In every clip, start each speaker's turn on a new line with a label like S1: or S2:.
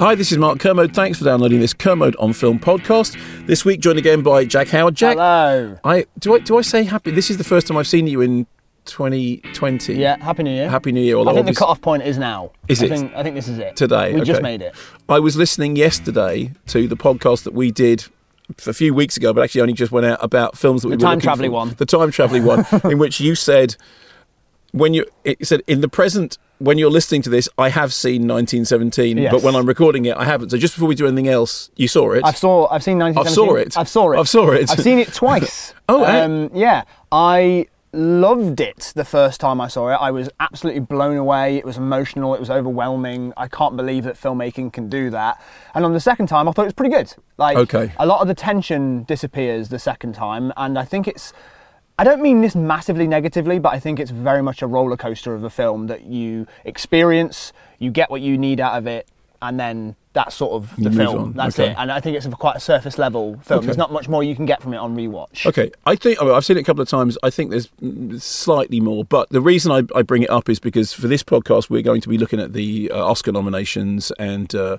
S1: Hi, this is Mark Kermode. Thanks for downloading this Kermode on Film podcast. This week, joined again by Jack Howard. Jack,
S2: Hello.
S1: I do I do I say happy? This is the first time I've seen you in 2020.
S2: Yeah, Happy New Year.
S1: Happy New Year.
S2: I
S1: although
S2: think the
S1: obvious-
S2: cut-off point is now.
S1: Is
S2: I
S1: it?
S2: Think, I think this is it.
S1: today.
S2: We just
S1: okay.
S2: made it.
S1: I was listening yesterday to the podcast that we did a few weeks ago, but actually only just went out about films that we were
S2: The time
S1: looking
S2: travel-y
S1: for-
S2: one.
S1: The time traveling one, in which you said when you it said in the present when you're listening to this, I have seen 1917,
S2: Yes.
S1: but when I'm recording it, I haven't. So just before we do anything else, you saw it.
S2: I've saw. I've seen 1917.
S1: saw it.
S2: I've saw it.
S1: I've saw it.
S2: I've seen it twice. Um,
S1: Oh, eh?
S2: yeah. I loved it the first time I saw it. I was absolutely blown away. It was emotional. It was overwhelming. I can't believe that filmmaking can do that. And on the second time, I thought it was pretty good. Like
S1: Okay.
S2: a lot of the tension disappears the second time, and I think it's. I don't mean this massively negatively, but I think it's very much a roller coaster of a film that you experience, you get what you need out of it, and then that's sort of the
S1: You move
S2: film.
S1: on.
S2: That's
S1: Okay.
S2: it. And I think it's a quite a surface level film.
S1: Okay.
S2: There's not much more you can get from it on rewatch.
S1: Okay, I think I've seen it a couple of times. I think there's mm, slightly more, but the reason I, I bring it up is because for this podcast we're going to be looking at the uh, Oscar nominations and uh,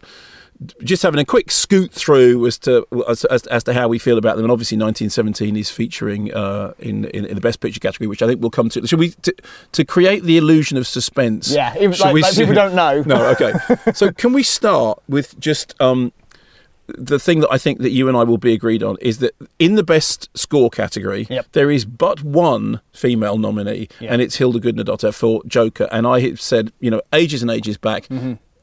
S1: just having a quick scoot through as to as, as, as to how we feel about them. And obviously, 1917 is featuring uh, in, in in the Best Picture category, which I think we'll come to. Should we to, to create the illusion of suspense?
S2: Yeah, even-
S1: should
S2: like- like people don't know.
S1: No, okay. so can we start with just um, the thing that I think that you and I will be agreed on is that in the best score category,
S2: Yep.
S1: there is but one female nominee,
S2: Yeah.
S1: and it's Hilda Gudnadottir for Joker. And I have said, you know, ages and ages back,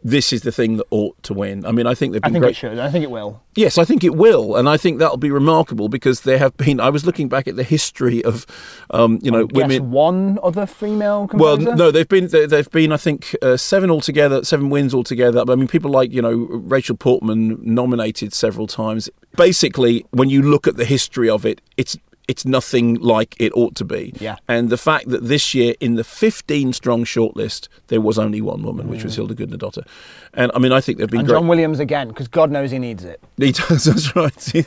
S1: this is the thing that ought to win. I mean, I think they've
S2: Mm-hmm. I
S1: been
S2: think
S1: great.
S2: it should. I think it will.
S1: Yes, I think it will, and I think that'll be remarkable because there have been. I was looking back at the history of, um, you know,
S2: Guess
S1: women.
S2: one other female
S1: Well,
S2: composer.
S1: no, they've been they- they've been I think uh, seven altogether, seven wins altogether. I mean, people like you know Rachel Portman nominated several times. Basically, when you look at the history of it, it's it's nothing like it ought to be.
S2: Yeah.
S1: And the fact that this year in the 15 strong shortlist there was only one woman, which was Hilda Gudnadottir, and I mean I think they've been
S2: Mm. and
S1: great.
S2: John Williams again, because God knows he needs it.
S1: he does that's right.
S2: You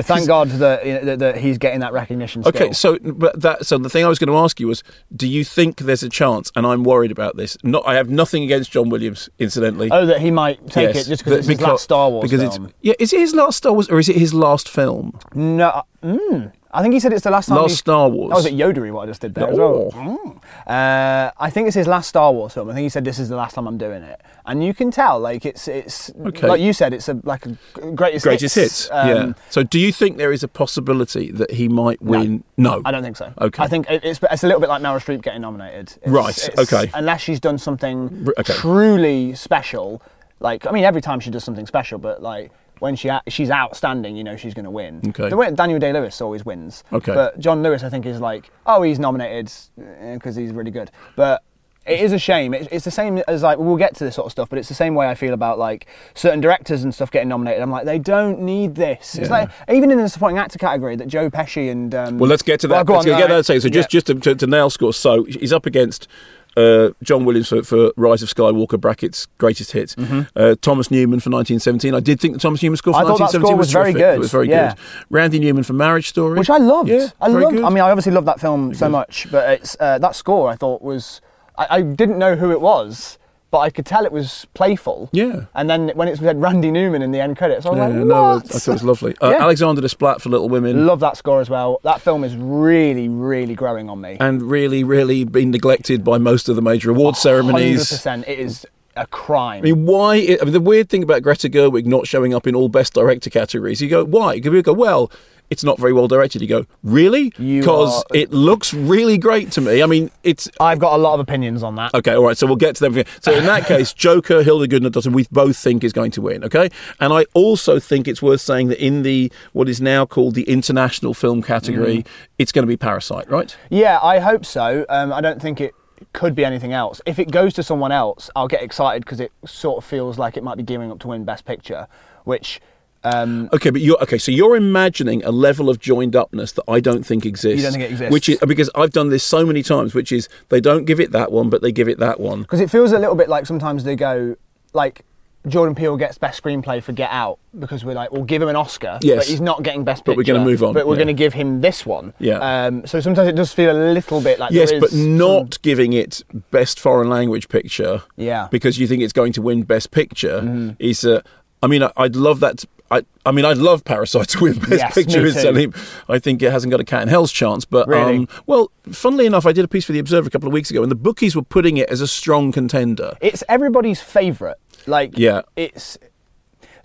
S2: thank God that, you know, that, that he's getting that recognition. Still.
S1: Okay, so but that so the thing I was going to ask you was, do you think there's a chance? And I'm worried about this. Not, I have nothing against John Williams, incidentally.
S2: oh, that he might take
S1: Yes,
S2: it just
S1: that-
S2: because it's his last Star Wars
S1: because
S2: film.
S1: It's, yeah, is it his last Star Wars or is it his last film?
S2: No, mm, I think he Oh, said it's the last time.
S1: Last
S2: he's-
S1: Star Wars. Oh.
S2: That was a bit yodery what I just did there. as well. Mm. Uh, I think it's his last Star Wars film. I think he said this is the last time I'm doing it, and you can tell. Like it's it's
S1: Okay.
S2: like you said, it's a like a g- greatest
S1: Greatest hits.
S2: um,
S1: yeah. So do you think there is a possibility that he might win? No,
S2: I don't think so.
S1: Okay.
S2: I think it- it's, it's a little bit like Meryl Streep getting nominated. It's-
S1: Right,
S2: it's-
S1: okay.
S2: Unless she's done something
S1: R- okay.
S2: truly special, like I mean, every time she does something special, but like when she a- she's outstanding, you know she's going to win.
S1: Okay.
S2: The way Daniel Day Lewis always wins.
S1: Okay.
S2: But John Lewis, I think, is like, oh, he's nominated because he's really good, but. It is a shame. It- It's the same as like we'll get to this sort of stuff, but it's the same way I feel about like certain directors and stuff getting nominated. I'm like, they don't need this. It's
S1: Yeah.
S2: like even in the supporting actor category that Joe Pesci and um,
S1: Well, let's get to that.
S2: well, go
S1: let's
S2: on,
S1: get
S2: all
S1: that.
S2: right.
S1: So just
S2: Yeah.
S1: just to, to, to nail score. So he's up against uh, John Williams for, for Rise of Skywalker brackets greatest hits. Uh, Thomas Newman for 1917. I did think the Thomas Newman score for
S2: Mm-hmm. I thought
S1: 1917
S2: that score
S1: was,
S2: was very
S1: terrific.
S2: good,
S1: It was very
S2: yeah.
S1: good. Randy Newman for Marriage Story,
S2: which I loved.
S1: Yeah,
S2: I
S1: very
S2: loved.
S1: good.
S2: I mean, I obviously loved that film so much, but it's uh, that score I thought was I, I didn't know who it was, but I could tell it was playful.
S1: Yeah.
S2: And then when it said Randy Newman in the end credits, I was
S1: Yeah,
S2: like,
S1: yeah,
S2: what?
S1: no, I thought it was lovely. Uh,
S2: Yeah.
S1: Alexander Desplat for Little Women.
S2: Love that score as well. That film is really, really growing on me.
S1: and really, really been neglected by most of the major award ceremonies.
S2: 100%. It is a crime.
S1: I mean, why? I mean, the weird thing about Greta Gerwig not showing up in all Best Director categories, you go, why? You go, well, it's not very well directed. You go, really?
S2: You
S1: Because
S2: are-
S1: it looks really great to me. I mean, it's
S2: I've got a lot of opinions on that.
S1: Okay, all right. So we'll get to them. So in that case, Joker, Hilda Goodner-Dottir, we both think is going to win. Okay, and I also think it's worth saying that in the what is now called the international film category,
S2: Mm.
S1: it's going to be Parasite, right?
S2: Yeah, I hope so. Um, I don't think it could be anything else. If it goes to someone else, I'll get excited because it sort of feels like it might be gearing up to win Best Picture, which. Um,
S1: Okay, but you're okay. So you're imagining a level of joined upness that I don't think exists.
S2: You don't think it exists.
S1: which is because I've done this so many times. Which is they don't give it that one, but they give it that one.
S2: Because it feels a little bit like sometimes they go, like, Jordan Peele gets best screenplay for Get Out because we're like, we'll give him an Oscar,
S1: Yes.
S2: but he's not getting best
S1: But
S2: picture.
S1: we're gonna move on,
S2: But we're
S1: yeah.
S2: going to give him this one.
S1: Yeah.
S2: Um, so sometimes it does feel a little bit like
S1: Yes,
S2: there
S1: but
S2: is some-
S1: not giving it best foreign language picture.
S2: Yeah. Mm-hmm.
S1: because you think it's going to win best picture is. Uh, I mean, I, I'd love that. to- I, I mean, I'd love Parasite to win best
S2: Yes, me
S1: picture.
S2: too.
S1: It's only- I think it hasn't got a cat in hell's chance. But
S2: Really?
S1: um, well, funnily enough, I did a piece for the Observer a couple of weeks ago, and the bookies were putting it as a strong contender.
S2: it's everybody's favourite. Like,
S1: Yeah.
S2: it's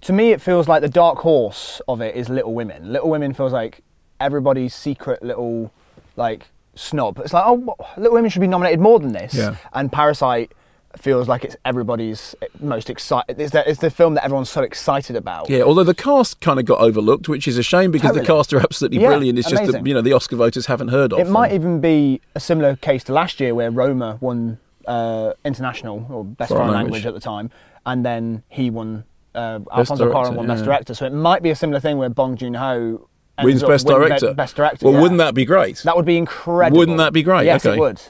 S2: to me, it feels like the dark horse of it is Little Women. Little Women feels like everybody's secret little like snob. It's like, oh, wha- Little Women should be nominated more than this.
S1: Yeah.
S2: And Parasite feels like it's everybody's most excited. It's the, it's the film that everyone's so excited about.
S1: Yeah, although the cast kind of got overlooked, which is a shame because the
S2: Totally.
S1: cast are absolutely
S2: Yeah,
S1: brilliant. It's just that
S2: amazing.
S1: you know the Oscar voters haven't heard of.
S2: It
S1: them.
S2: might even be a similar case to last year where Roma won uh, international or best
S1: Foreign
S2: foreign,
S1: language.
S2: language. at the time, and then he won. Uh, Alfonso
S1: director,
S2: Cuarón won best
S1: yeah.
S2: director, so it might be a similar thing where Bong Joon Ho
S1: wins best director.
S2: Best director.
S1: Well,
S2: yeah.
S1: wouldn't that be great?
S2: That would be incredible.
S1: Wouldn't that be great?
S2: Yes,
S1: Okay.
S2: it would.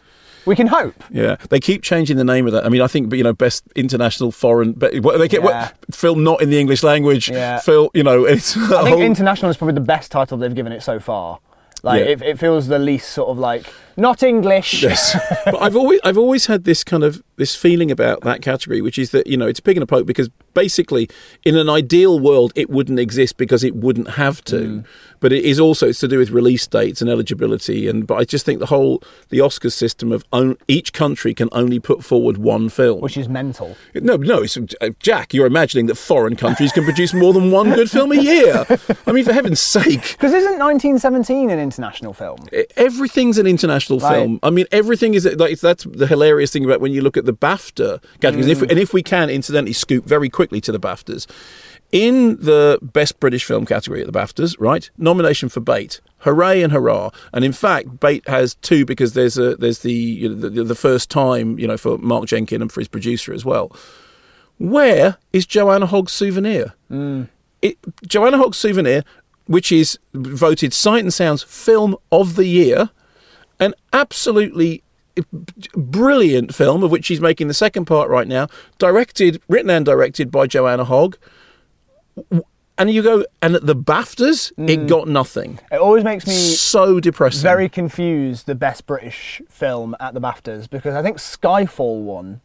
S2: We can hope.
S1: Yeah, they keep changing the name of that. I mean, I think you know, best international foreign, but what, they get
S2: Yeah.
S1: what, film not in the English language.
S2: Yeah.
S1: Film, you know, it's a
S2: I
S1: whole-
S2: think international is probably the best title they've given it so far. Like
S1: Yeah.
S2: it, it feels the least sort of like not English.
S1: Yes, but I've always I've always had this kind of this feeling about that category, which is that you know it's a pig and a poke because basically, in an ideal world, it wouldn't exist because it wouldn't have to. But it is also it's to do with release dates and eligibility, and but I just think the whole the Oscars system of own, each country can only put forward one film,
S2: Which is mental.
S1: No, no, it's, uh, Jack, you're imagining that foreign countries can produce more than one good film a year. I mean, for heaven's sake.
S2: Because isn't 1917 an international film?
S1: e- Everything's an international
S2: Right.
S1: film. I mean, everything is like it's- that's the hilarious thing about when you look at the BAFTA categories. And, if, and if we can, incidentally, scoop very quickly to the BAFTAs in the best British film category at the BAFTAs, right? Nomination for Bait, hooray and hurrah! And in fact, Bait has two because there's a there's the you know, the, the first time you know for Mark Jenkin and for his producer as well. Where is Joanna Hogg's souvenir? it, Joanna Hawk's Souvenir, which is voted Sight and Sound's film of the year, an absolutely brilliant film of which she's making the second part right now, directed, written and directed by Joanna Hogg. And you go, and at the BAFTAs, it got nothing.
S2: It always makes me
S1: So depressing.
S2: very confused the best British film at the BAFTAs because I think Skyfall won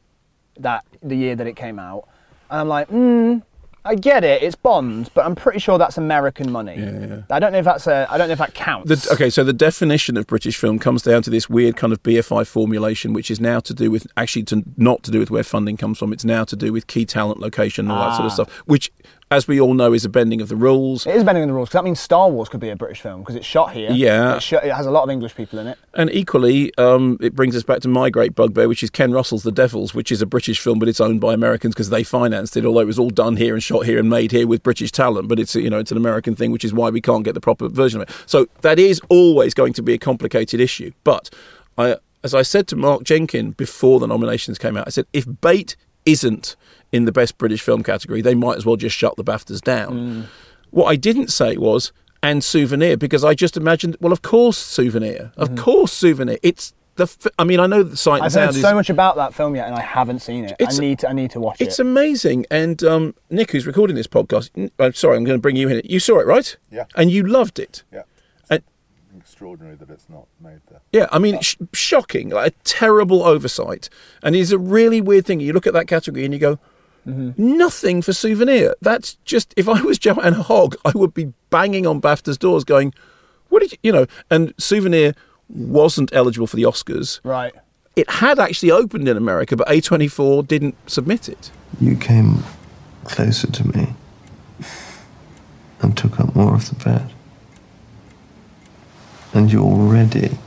S2: that the year that it came out, and I'm like, hmm, I get it, it's Bond, but I'm pretty sure that's American money. I don't know if that's a, I don't know if that counts.
S1: The, okay, so the definition of British film comes down to this weird kind of BFI formulation, which is now to do with actually to not to do with where funding comes from. It's now to do with key talent, location, and all that sort of stuff. Which, as we all know, is a bending of the rules.
S2: It is bending the rules because that means Star Wars could be a British film because it's shot here.
S1: Yeah.
S2: It's shot- it has a lot of English people in it.
S1: And equally, um, it brings us back to my great bugbear, which is Ken Russell's The Devils, which is a British film, but it's owned by Americans because they financed it. Although it was all done here and shot here and made here with British talent, but it's you know it's an American thing, which is why we can't get the proper version of it. So that is always going to be a complicated issue. But I, as I said to Mark Jenkin before the nominations came out, I said if Bait isn't in the best British film category, they might as well just shut the Baftas down. What I didn't say was and souvenir because I just imagined. Well, of course, souvenir. Of course, souvenir. It's the. F- I mean, I know the sight and
S2: Mm. I've
S1: sound
S2: heard
S1: is.
S2: so much about that film yet, and I haven't seen it. I
S1: It's-
S2: need to, I need to watch
S1: it's
S2: it.
S1: amazing. And um, Nick, who's recording this podcast, n- I'm sorry, I'm going to bring you in. You saw it, right?
S3: Yeah.
S1: And you loved it.
S3: Yeah.
S1: And
S3: extraordinary that it's not made there.
S1: Yeah, I mean, it's sh- shocking, like a terrible oversight. And it's a really weird thing. You look at that category and you go, nothing for souvenir. That's just, if I was Joanna Hogg, I would be banging on BAFTA's doors going, what did you, you know, and souvenir wasn't eligible for the Oscars.
S2: Right.
S1: It had actually opened in America, but A24 didn't submit it.
S4: You came closer to me and took up more of the bed. And you're already,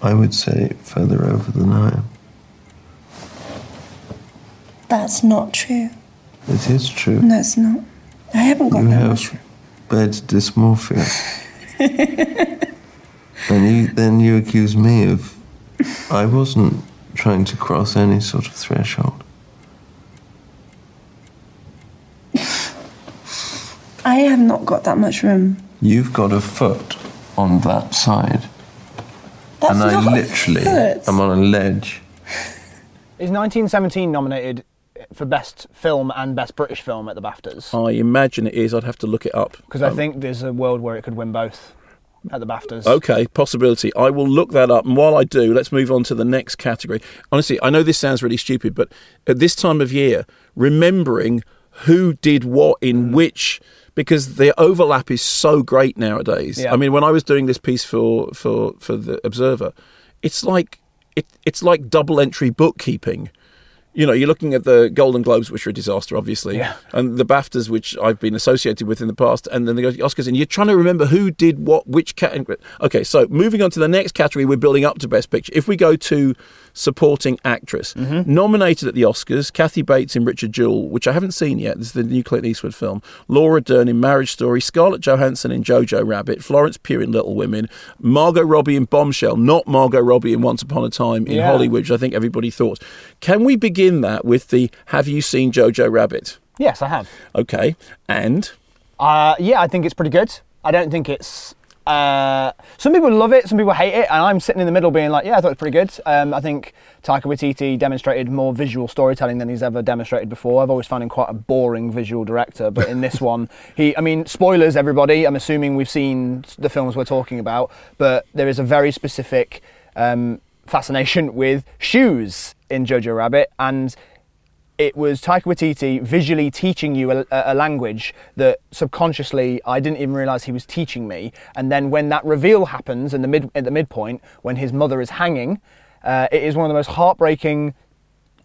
S4: I would say, further over than I am.
S5: That's not true.
S4: It is true.
S5: No, it's not. I haven't got
S4: you
S5: that
S4: have
S5: much.
S4: bed dysmorphia. and you, then you accuse me of. I wasn't trying to cross any sort of threshold.
S5: I have not got that much room.
S4: You've got a foot on that side.
S5: That's
S4: and
S5: not
S4: I literally
S5: Good.
S4: am on a ledge.
S2: Is 1917 nominated for best film and best British film at the BAFTAs?
S1: I imagine it is. I'd have to look it up.
S2: Because I think there's a world where it could win both at the BAFTAs.
S1: Okay, possibility. I will look that up. And while I do, let's move on to the next category. Honestly, I know this sounds really stupid, but at this time of year, remembering who did what
S2: Mm.
S1: in which, because the overlap is so great nowadays.
S2: Yeah.
S1: I mean, when I was doing this piece for for for the Observer, it's like it, it's like double entry bookkeeping. You know, you're looking at the Golden Globes, which are a disaster, obviously,
S2: Yeah.
S1: and the BAFTAs, which I've been associated with in the past, and then the Oscars, and you're trying to remember who did what, which category. Okay, so moving on to the next category, we're building up to Best Picture. If we go to Supporting Actress, nominated at the Oscars, Kathy Bates in Richard Jewell, which I haven't seen yet. This is the new Clint Eastwood film. Laura Dern in Marriage Story, Scarlett Johansson in Jojo Rabbit, Florence Pugh in Little Women, Margot Robbie in Bombshell, not Margot Robbie in Once Upon a Time in
S2: Yeah.
S1: Hollywood, which I think everybody thought. Can we begin that with the Have you seen Jojo Rabbit?
S2: Yes, I have.
S1: Okay, and
S2: Uh, yeah, I think it's pretty good. I don't think it's. Uh, some people love it, some people hate it, and I'm sitting in the middle being like, yeah, I thought it was pretty good. Um, I think Taika Waititi demonstrated more visual storytelling than he's ever demonstrated before. I've always found him quite a boring visual director, but in this one, he, I mean, spoilers, everybody. I'm assuming we've seen the films we're talking about, but there is a very specific um, fascination with shoes in Jojo Rabbit, and it was Taika Waititi visually teaching you a, a language that subconsciously I didn't even realize he was teaching me. And then when that reveal happens in the mid at the midpoint, when his mother is hanging, uh, it is one of the most heartbreaking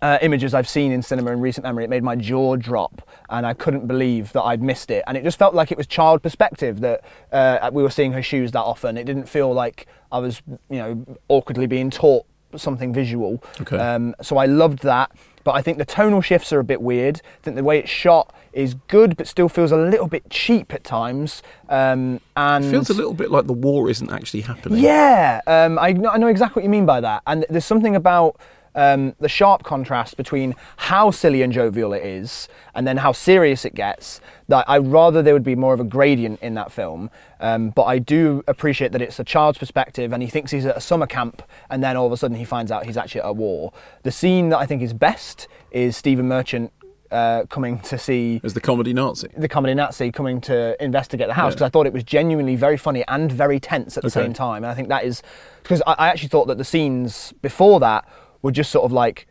S2: uh, images I've seen in cinema in recent memory. It made my jaw drop, and I couldn't believe that I'd missed it. And it just felt like it was child perspective that uh, we were seeing her shoes that often. It didn't feel like I was, you know, awkwardly being taught something visual.
S1: Okay.
S2: Um, so I loved that. But I think the tonal shifts are a bit weird. I think the way it's shot is good, but still feels a little bit cheap at times. Um, and
S1: it feels a little bit like the war isn't actually happening.
S2: yeah, um, I, know, I know exactly what you mean by that. And there's something about um, the sharp contrast between how silly and jovial it is and then how serious it gets that I'd rather there would be more of a gradient in that film. Um, but I do appreciate that it's a child's perspective and he thinks he's at a summer camp and then all of a sudden he finds out he's actually at a war. The scene that I think is best is Stephen Merchant uh, coming to see
S1: as the comedy Nazi.
S2: the comedy Nazi coming to investigate the house because I thought it was genuinely very funny and very tense at the
S1: Okay.
S2: same time. And I think that is because I, I actually thought that the scenes before that were just sort of like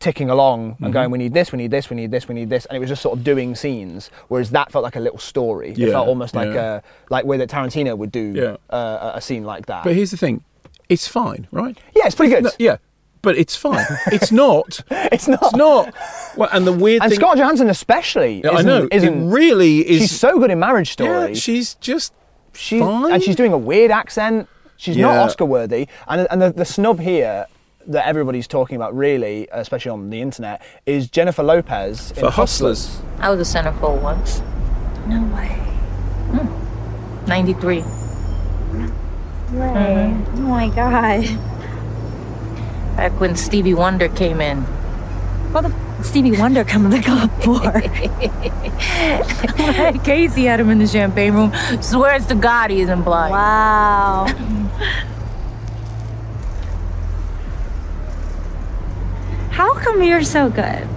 S2: ticking along
S1: Mm-hmm.
S2: and going, we need this, we need this, we need this, we need this, and it was just sort of doing scenes. Whereas that felt like a little story. It
S1: Yeah,
S2: felt almost like
S1: yeah.
S2: a like way that Tarantino would do
S1: Yeah.
S2: uh, a- a scene like that.
S1: But here's the thing, it's fine, right?
S2: yeah, it's pretty good.
S1: No, yeah, but it's fine. it's not.
S2: It's not.
S1: It's not. Well, and the weird
S2: and
S1: thing.
S2: Scarlett Johansson especially.
S1: Yeah, I
S2: isn't-
S1: know. It
S2: Isn't
S1: really is-
S2: She's so good in Marriage
S1: yeah,
S2: Story.
S1: she's just
S2: She's,
S1: fine.
S2: and she's doing a weird accent. She's not
S1: Yeah.
S2: Oscar worthy. And, and the, the snub here that everybody's talking about, really, especially on the internet, is Jennifer Lopez in
S1: for hustlers.
S5: I was a centerfold once. No way.
S4: Hmm.
S5: 93.
S6: Oh
S4: Mm-hmm.
S6: my god.
S5: Back when Stevie Wonder came in.
S4: What the f- Stevie Wonder coming to club for? Casey had him in the champagne room. Swears to God he isn't blind.
S6: Wow. How come you're so good?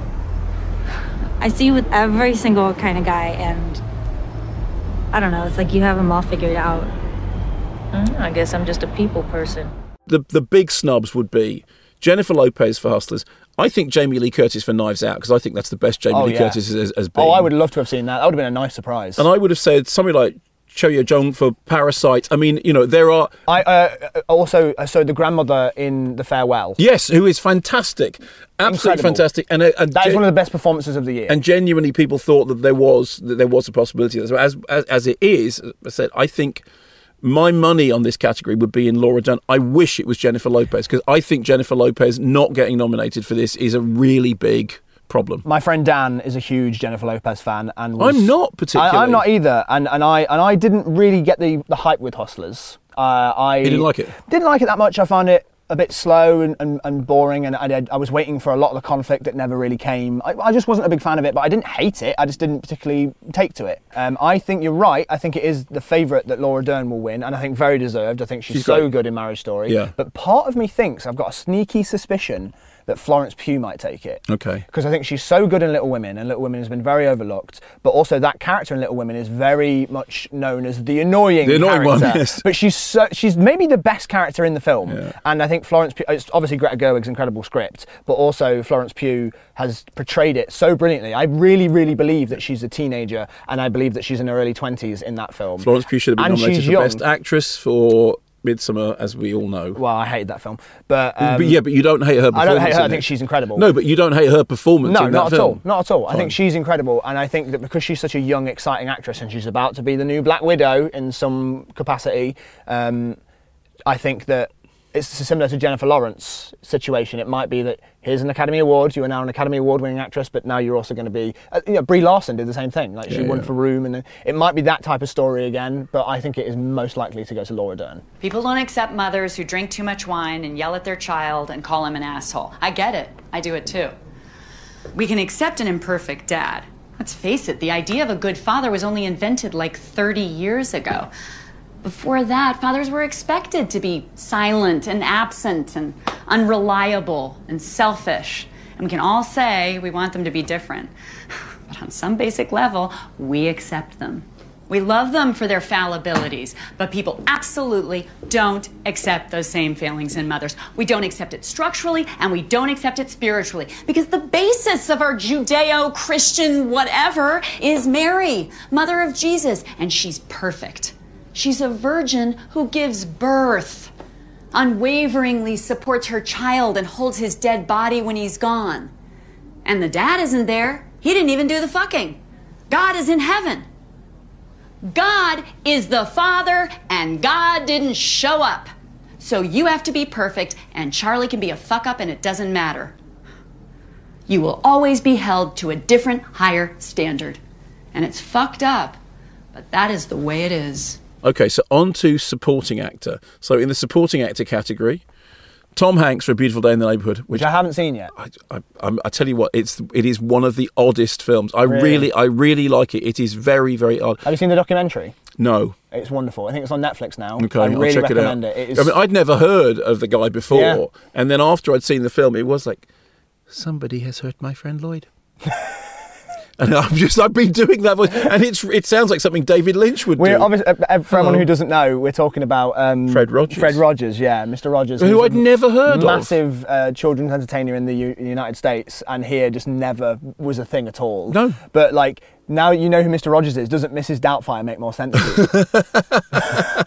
S6: I see you with every single kind of guy, and I don't know, it's like you have them all figured out.
S5: Mm, I guess I'm just a people person.
S1: the the big snubs would be Jennifer Lopez for Hustlers. I think Jamie Lee Curtis for Knives Out because I think that's the best Jamie
S2: Oh,
S1: Lee
S2: yeah.
S1: Curtis has, has been.
S2: Oh, I would love to have seen that. That would have been a nice surprise.
S1: And I would have said something like Choyo Jong for Parasite. I mean, you know, there are
S2: I uh, also uh, so the grandmother in the farewell.
S1: yes, who is fantastic, absolutely
S2: Incredible.
S1: fantastic, and, uh, and
S2: That is
S1: gen-
S2: one of the best performances of the year.
S1: and genuinely people thought that there was that there was a possibility. So As as, as it is, as I said I think. My money on this category would be in Laura Dunn. I wish it was Jennifer Lopez because I think Jennifer Lopez not getting nominated for this is a really big problem.
S2: my friend Dan is a huge Jennifer Lopez fan, and was-
S1: I'm not particularly.
S2: I, am not either, and, and I and I didn't really get the, the hype with Hustlers. Uh, I
S1: didn't like it?
S2: Didn't like it that much. I found it a bit slow and, and, and boring, and I, did- I was waiting for a lot of the conflict that never really came. I, I just wasn't a big fan of it, but I didn't hate it. I just didn't particularly take to it. Um, I think you're right. I think it is the favourite that Laura Dern will win, and I think very deserved. I think she's,
S1: She's
S2: so
S1: great.
S2: good in Marriage Story.
S1: Yeah.
S2: But part of me thinks I've got a sneaky suspicion that Florence Pugh might take it
S1: Okay.
S2: because I think she's so good in Little Women, and Little Women has been very overlooked. But also, that character in Little Women is very much known as the annoying,
S1: The annoying one,
S2: character.
S1: yes.
S2: But she's so, she's maybe the best character in the film,
S1: Yeah.
S2: and I think Florence. Pugh, it's obviously Greta Gerwig's incredible script, but also Florence Pugh has portrayed it so brilliantly. I really, really believe that she's a teenager, and I believe that she's in her early twenties in that film.
S1: Florence Pugh should have been
S2: and
S1: nominated
S2: she's
S1: for
S2: young.
S1: Best Actress for Midsummer, as we all know.
S2: Well, I hated that film, but, um,
S1: but yeah, but you don't hate her.
S2: I
S1: Performance
S2: don't hate her.
S1: in
S2: I think
S1: it.
S2: she's incredible.
S1: No, but you don't hate her performance.
S2: No,
S1: in that
S2: not at
S1: film.
S2: all. Not at all. I
S1: Fine.
S2: think she's incredible, and I think that because she's such a young, exciting actress, and she's about to be the new Black Widow in some capacity, um, I think that it's similar to Jennifer Lawrence situation. It might be that here's an Academy Award. You are now an Academy Award-winning actress, but now you're also going to be. Uh, you know, Brie Larson did the same thing. Like she
S1: Yeah,
S2: won
S1: yeah.
S2: for Room, and then- it might be that type of story again. But I think it is most likely to go to Laura Dern.
S3: People don't accept mothers who drink too much wine and yell at their child and call him an asshole. I get it. I do it too. We can accept an imperfect dad. Let's face it, the idea of a good father was only invented like 30 years ago. Before that, fathers were expected to be silent and absent and unreliable and selfish. And we can all say we want them to be different. But on some basic level, we accept them. We love them for their fallibilities, but people absolutely don't accept those same failings in mothers. We don't accept it structurally and we don't accept it spiritually because the basis of our Judeo Christian whatever is Mary, mother of Jesus, and she's perfect. She's a virgin who gives birth, unwaveringly supports her child, and holds his dead body when he's gone. And the dad isn't there. He didn't even do the fucking. God is in heaven. God is the Father, and God didn't show up. So you have to be perfect, and Charlie can be a fuck up, and it doesn't matter. You will always be held to a different, higher standard. And it's fucked up, but that is the way it is.
S1: Okay, so on to supporting actor. So in the supporting actor category, Tom Hanks for A Beautiful Day in the Neighborhood, which
S2: Which I haven't seen yet.
S1: I, I, I'm- I tell you what, it's it is one of the oddest films. I really,
S2: Really?
S1: I really like it. It is very, very odd.
S2: Have you seen the documentary?
S1: No,
S2: It's wonderful. I think it's on Netflix now.
S1: Okay,
S2: I
S1: I'll
S2: really
S1: check it out.
S2: recommend it. it is,
S1: I mean, I'd never heard of the guy before,
S2: Yeah.
S1: and then after I'd seen the film, it was like somebody has hurt my friend Lloyd. and I've just I've been doing that voice, and it's it sounds like something David Lynch would
S2: We're
S1: do.
S2: obviously, uh, uh, for anyone
S1: Hello.
S2: who doesn't know, we're talking about um,
S1: Fred Rogers.
S2: Fred Rogers, yeah, Mr. Rogers,
S1: Who
S2: who's
S1: I'd
S2: a
S1: never heard of.
S2: massive, uh, children's entertainer in the U- United States, and here just never was a thing at all.
S1: No.
S2: but like now you know who Mr. Rogers is. Doesn't Mrs. Doubtfire make more sense? Because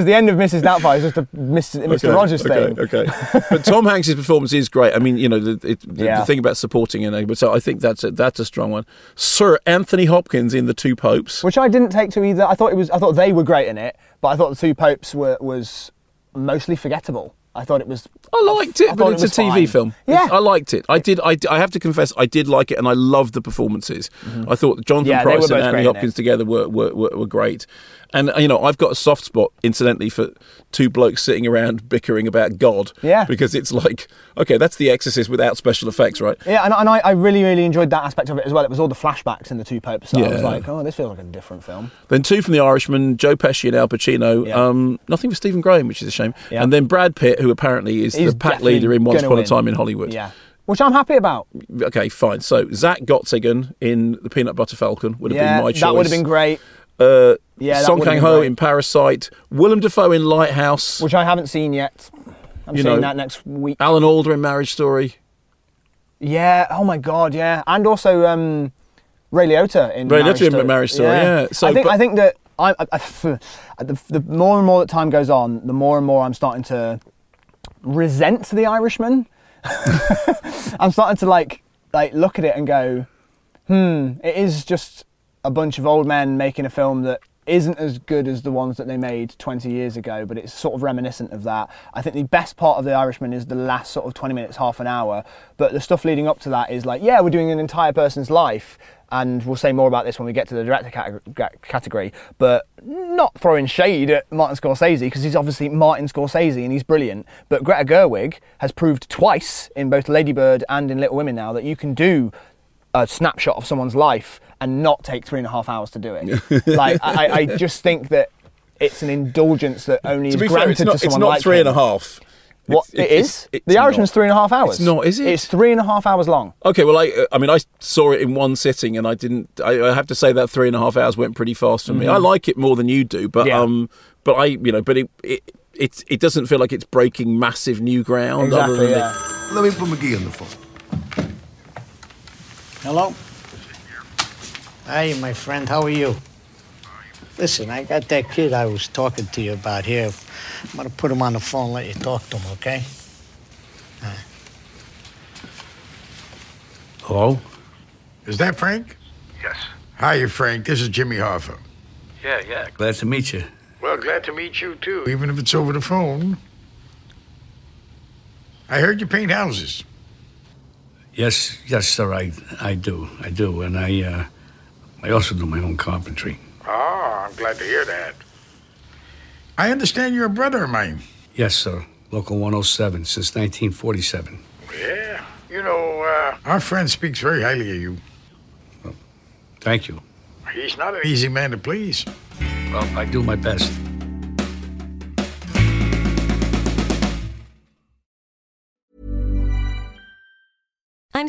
S2: the end of Mrs. Doubtfire is just a Mr.
S1: Okay,
S2: Mr. Rogers
S1: okay,
S2: thing.
S1: Okay, but Tom Hanks' performance is great. I mean, you know, the, it, the,
S2: Yeah.
S1: the thing about supporting an but so I think that's a, that's a strong one. Sir Anthony Hopkins in The Two Popes.
S2: which I didn't take to either. I thought it was. I thought they were great in it, but I thought the two popes were was mostly forgettable. I thought it was.
S1: I liked it,
S2: I
S1: but
S2: thought
S1: it's
S2: was
S1: a TV
S2: fine.
S1: film.
S2: Yeah,
S1: I liked it. I did. I, I have to confess, I did like it, and I loved the performances. I thought Jonathan
S2: Mm-hmm. Yeah, they were
S1: Price and
S2: both great
S1: Anthony
S2: in it.
S1: Hopkins together were, were, were, were great. And uh, you know, I've got a soft spot, incidentally, for two blokes sitting around bickering about God.
S2: Yeah.
S1: because it's like, okay, that's The Exorcist without special effects, right?
S2: Yeah, and, and I, I really, really enjoyed that aspect of it as well. It was all the flashbacks in the two popes. So I was
S1: Yeah.
S2: like, oh, this feels like a different film.
S1: Then two from The Irishman, Joe Pesci and Al Pacino.
S2: Yeah.
S1: Um, nothing for Stephen Graham, which is a shame.
S2: Yeah.
S1: And then Brad Pitt, who apparently is
S2: He's
S1: the pack
S2: definitely
S1: leader in Once
S2: gonna
S1: Upon a
S2: win.
S1: Time in Hollywood.
S2: Yeah. Which I'm happy about.
S1: Okay, fine. So Zach Gottsigan in The Peanut Butter Falcon would have
S2: yeah,
S1: been my choice.
S2: that would have been great.
S1: Uh,
S2: Yeah, that
S1: Song
S2: would've
S1: Kang
S2: been
S1: Ho
S2: great.
S1: in Parasite, Willem Dafoe in Lighthouse,
S2: which I haven't seen yet. I'm
S1: You
S2: seeing
S1: know-
S2: that next week.
S1: Alan Alda in Marriage Story,
S2: Yeah. Oh my God. Yeah. And also um, Ray Liotta in
S1: Ray
S2: Marriage
S1: Liotta in
S2: Story.
S1: Marriage Story, yeah. So,
S2: I think
S1: but-
S2: I think that I, I, I- the, the more and more that time goes on, the more and more I'm starting to resent the Irishman. I'm starting to like like look at it and go, hmm, it is just a bunch of old men making a film that isn't as good as the ones that they made 20 years ago, but it's sort of reminiscent of that. I think the best part of The Irishman is the last sort of 20 minutes, half an hour, but the stuff leading up to that is like, yeah, we're doing an entire person's life, and we'll say more about this when we get to the director cate- ga- category, but not throwing shade at Martin Scorsese, because he's obviously Martin Scorsese and he's brilliant, but Greta Gerwig has proved twice in both Lady Bird and in Little Women now that you can do a snapshot of someone's life and not take three and a half hours to do it. like I, I- I just think that it's an indulgence that onhrly
S1: To
S2: is
S1: be
S2: granted
S1: fair, it's not,
S2: to
S1: it's
S2: someone
S1: not
S2: like
S1: three
S2: him.
S1: and a half.
S2: What
S1: It's-
S2: it
S1: it's-
S2: is?
S1: it's
S2: the Irishman's
S1: not.
S2: three and a half hours.
S1: It's not, is it?
S2: It's three and a half hours long.
S1: Okay, well, I I mean, I saw it in one sitting, and I didn't. I, I have to say that three and a half hours went pretty fast for me. I like it more than you do, but
S2: Mm-hmm. Yeah.
S1: um, but I, you know, but it it it, it doesn't feel like it's breaking massive new ground.
S2: Exactly,
S1: other than
S2: yeah.
S7: Let me put McGee on the phone.
S8: Hello? Hey, my friend, how are you? Listen, I got that kid I was talking to you about here. I'm gonna put him on the phone and let you talk to him, okay?
S7: Hello? Is that Frank? Yes. Hi, Frank. This is Jimmy Hoffa.
S8: Yeah, yeah.
S7: Glad to meet you.
S8: Well, glad to meet you too.
S7: Even if it's over the phone. I heard you paint houses.
S9: Yes, yes, sir. I, I do, I do, and I, uh, I also do my own carpentry.
S7: Oh, I'm glad to hear that. I understand you're a brother of mine.
S9: Yes, sir. Local 107 since 1947.
S7: Yeah. You know, uh, our friend speaks very highly of you.
S9: Thank you.
S7: He's not an easy man to please.
S9: Well, I do my best.
S10: I'm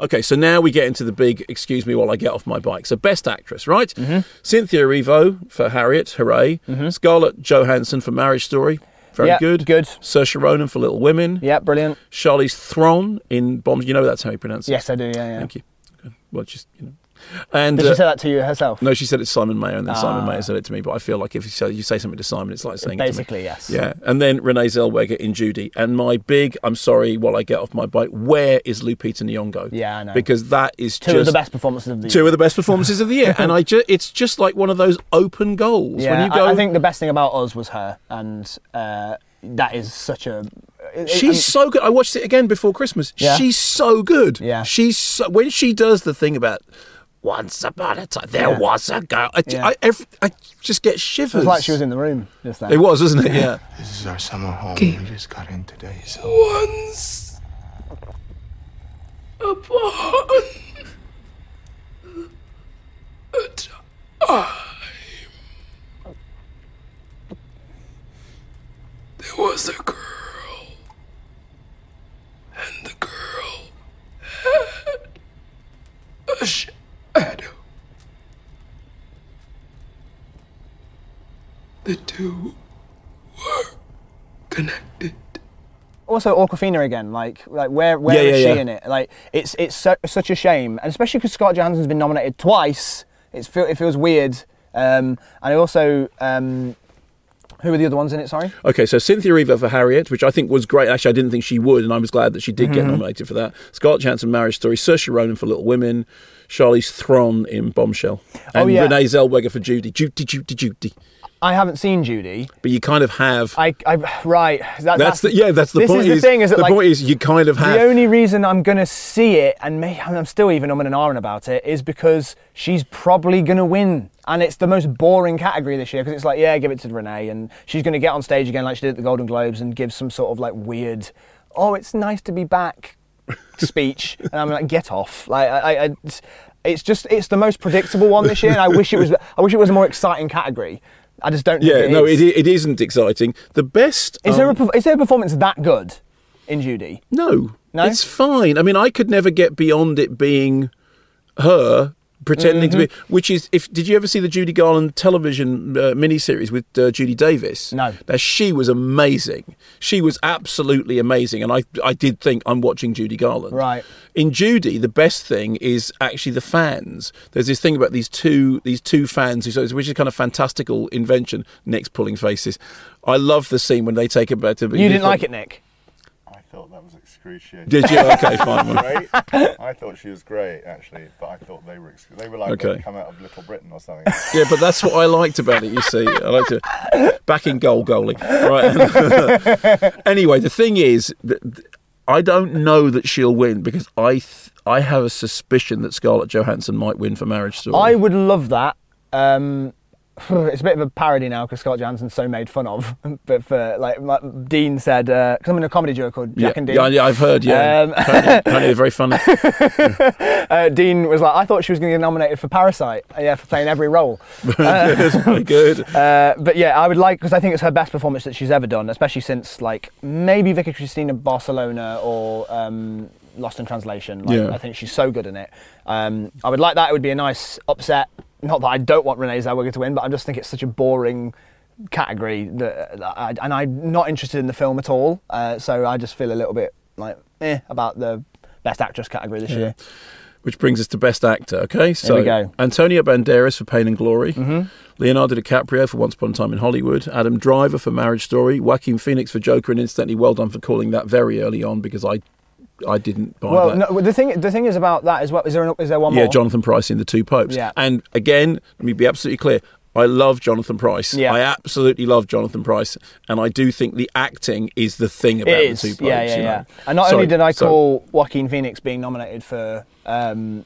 S1: Okay, so now we get into the big excuse me while I get off my bike. So, best actress, right?
S2: Mm-hmm.
S1: Cynthia Erivo for Harriet, hooray. Scarlett Johansson for Marriage Story, very
S2: Yeah,
S1: good. Good. Saoirse Ronan for Little Women. Yeah, brilliant. Charlize Theron in Bombs. You know that's how you pronounce it.
S2: Yes, I do. Yeah, yeah.
S1: Thank you. Good. Well, just you know. And
S2: Did
S1: uh,
S2: she say that to you herself?
S1: no, she said it's Simon Mayer, and then Simon
S2: Ah.
S1: Mayer said it to me. But I feel like if you say, you say something to Simon, it's like saying it to me.
S2: Basically, yes.
S1: Yeah, and then Renee Zellweger in Judy. And my big, I'm sorry, while I get off my bike, where is Lupita Nyong'o?
S2: Yeah, I know.
S1: Because that is
S2: Two
S1: just
S2: of the best performances of the
S1: two of the best performances of the year, and I ju- it's just like one of those open goals
S2: Yeah,
S1: when you go.
S2: I, I think the best thing about us was her, and uh, that is such a. it-
S1: She's
S2: it-
S1: so good. I watched it again before Christmas.
S2: Yeah.
S1: She's so good. Yeah. She's so, when she does the thing about once upon a time there
S2: Yeah.
S1: was a girl. I,
S2: Yeah.
S1: I, every, I just get shivers.
S2: It was like she was in the room just then.
S1: It was, wasn't it? Yeah.
S7: This is our summer home.
S2: Okay.
S7: We just got in today, so.
S11: Once upon a time, there was a girl, and the girl had a shadow. The two were connected.
S2: Also, Aquafina again. Like, like where where is
S11: Yeah, yeah,
S2: she
S11: yeah.
S2: in it? Like, it's it's so, such a shame, and especially because Scott Johansson's been nominated twice. It's feel, it feels weird. Um, and I also, um, who are the other ones in it? Sorry.
S1: Okay, so Cynthia Erivo for Harriet, which I think was great. Actually, I didn't think she would, and I was glad that she did get
S2: Mhm.
S1: nominated for that. Scarlett Johansson, Marriage Story, Saoirse Ronan for Little Women, Charlize Thron in Bombshell, and
S2: Oh, yeah.
S1: Renee Zellweger for Judy. Judy, Judy, Judy.
S2: I haven't seen Judy.
S1: But you kind of have.
S2: I, I right. That,
S1: that's the yeah. That's the
S2: this
S1: point.
S2: Is the thing is that
S1: the
S2: like,
S1: point is you kind of have.
S2: The only reason I'm going to see it, and may, I'm still even umming and ahhing about it, is because she's probably going to win. And it's the most boring category this year because it's like, yeah, give it to Renee. And she's going to get on stage again like she did at the Golden Globes and give some sort of like weird, oh, it's nice to be back speech. and I'm like, get off. Like, I, I, it's- it's just, it's the most predictable one this year. And I wish it was, I wish it was a more exciting category. I just don't think
S1: yeah,
S2: it
S1: no,
S2: is.
S1: it, it isn't exciting. The best
S2: Is there, a,
S1: um,
S2: perf- is there a performance that good in Judy?
S1: No.
S2: No?
S1: It's fine. I mean, I could never get beyond it being her pretending to be
S2: Mm-hmm.
S1: which is if did you ever see the Judy Garland television uh, miniseries with uh, Judy Davis? No. Now she was amazing. She was absolutely amazing and I I did think I'm watching Judy Garland.
S2: Right.
S1: In Judy, the best thing is actually the fans. There's this thing about these two these two fans who so it's- which is kind of fantastical invention, Nick's pulling faces. I love the scene when they take him back to
S2: You didn't like it, Nick?
S12: excruciating.
S1: Did you? Okay, fine.
S12: Great. I thought she was great, actually, but I thought they were excru- they were like
S1: Okay.
S12: they'd come out of Little Britain or something.
S1: Yeah, but that's what I liked about it. You see, I liked it. Back in goal, goalie. Right. anyway, the thing is, that th- I don't know that she'll win because I, th- I have a suspicion that Scarlett Johansson might win for Marriage Story.
S2: I would love that. Um, it's a bit of a parody now because Scott Jansen's so made fun of. But for like my, Dean said, because I'm in a comedy duo called Jack
S1: yeah,
S2: and Dean.
S1: yeah, yeah, I've heard. Yeah,
S2: Um,
S1: apparently, apparently they're very funny.
S2: uh, Dean was like, I thought she was going to get nominated for Parasite. Uh, yeah, for playing every role.
S1: That's pretty good.
S2: Uh, but yeah, I would like because I think it's her best performance that she's ever done, especially since like maybe Vicky Cristina Barcelona or um, Lost in Translation. Like,
S1: Yeah.
S2: I think she's so good in it. Um, I would like that. It would be a nice upset. Not that I don't want Renee Zellweger to win, but I just think it's such a boring category that, that I, and I'm not interested in the film at all. Uh, so I just feel a little bit like eh about the best actress category this
S1: Yeah.
S2: year.
S1: Which brings us to Best Actor. Okay, so
S2: we go.
S1: Antonio Banderas for Pain and Glory,
S2: Mhm.
S1: Leonardo DiCaprio for Once Upon a Time in Hollywood, Adam Driver for Marriage Story, Joaquin Phoenix for Joker, and incidentally, well done for calling that very early on because I, I didn't buy
S2: Well,
S1: that.
S2: no, the thing the thing is about that is what is there an, is there one
S1: yeah,
S2: more?
S1: Jonathan Price in The Two Popes.
S2: Yeah.
S1: And again, let me be absolutely clear. I love Jonathan Price.
S2: Yeah.
S1: I absolutely love Jonathan Price, and I do think the acting is the thing about
S2: it is.
S1: the two popes.
S2: yeah, yeah,
S1: you know.
S2: yeah. And not only
S1: Sorry,
S2: did I
S1: so-
S2: call Joaquin Phoenix being nominated for um,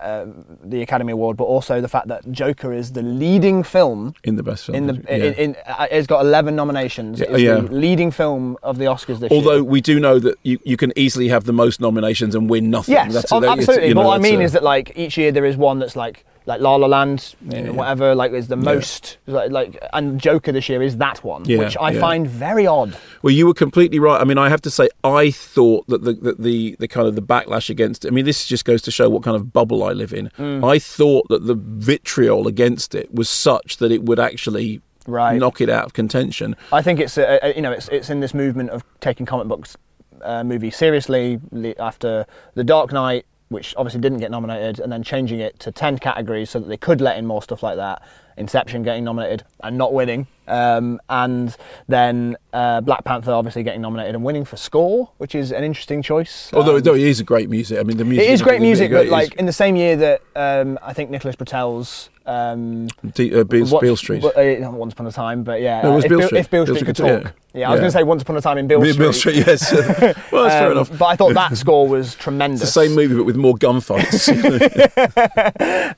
S2: uh, the Academy Award, but also the fact that Joker is the leading film
S1: in the best film
S2: In the
S1: yeah.
S2: in, in, uh, it's got eleven nominations.
S1: Yeah,
S2: it's
S1: yeah.
S2: the leading film of the Oscars this year.
S1: Although we do know that you, you can easily have the most nominations and win nothing.
S2: Yes,
S1: That's-
S2: oh,
S1: that- it's-
S2: absolutely.
S1: you know,
S2: but what I
S1: that's
S2: mean
S1: a-
S2: is that like each year there is one that's like like La La Land, you
S1: Yeah.
S2: know, whatever. Like is the
S1: Yeah.
S2: most like, like and Joker this year is that one,
S1: Yeah,
S2: which I
S1: yeah.
S2: find very odd.
S1: Well, you were completely right. I mean, I have to say, I thought that the that the, the kind of the backlash against. I mean, this just goes to show what kind of bubble I live in.
S2: Mm.
S1: I thought that the vitriol against it was such that it would actually
S2: Right.
S1: knock it out of contention.
S2: I think it's uh, uh, you know it's it's in this movement of taking comic books uh, movies seriously le- after The Dark Knight, which obviously didn't get nominated, and then changing it to ten categories so that they could let in more stuff like that. Inception getting nominated and not winning, um, and then uh, Black Panther obviously getting nominated and winning for score, which is an interesting choice.
S1: Although,
S2: Um,
S1: no, it is a great music. I mean, the music
S2: it is
S1: a
S2: great
S1: little
S2: music,
S1: bit-
S2: but
S1: it's-
S2: like in the same year that um, I think Nicholas Patel's um,
S1: D- uh, Beale-
S2: what-
S1: Beale Street.
S2: what- uh, not Once Upon a Time, but yeah,
S1: No, it was
S2: if,
S1: Beale
S2: Beale-
S1: Street.
S2: if Beale
S1: Beale
S2: Street could
S1: Street,
S2: talk.
S1: yeah.
S2: Yeah, I was
S1: Yeah.
S2: going to say Once Upon a Time in Beale
S1: Beale-
S2: Street. Um,
S1: Beale Street, yes. Well, that's fair enough.
S2: But I thought that score was tremendous.
S1: it's the same movie, but with more gunfights.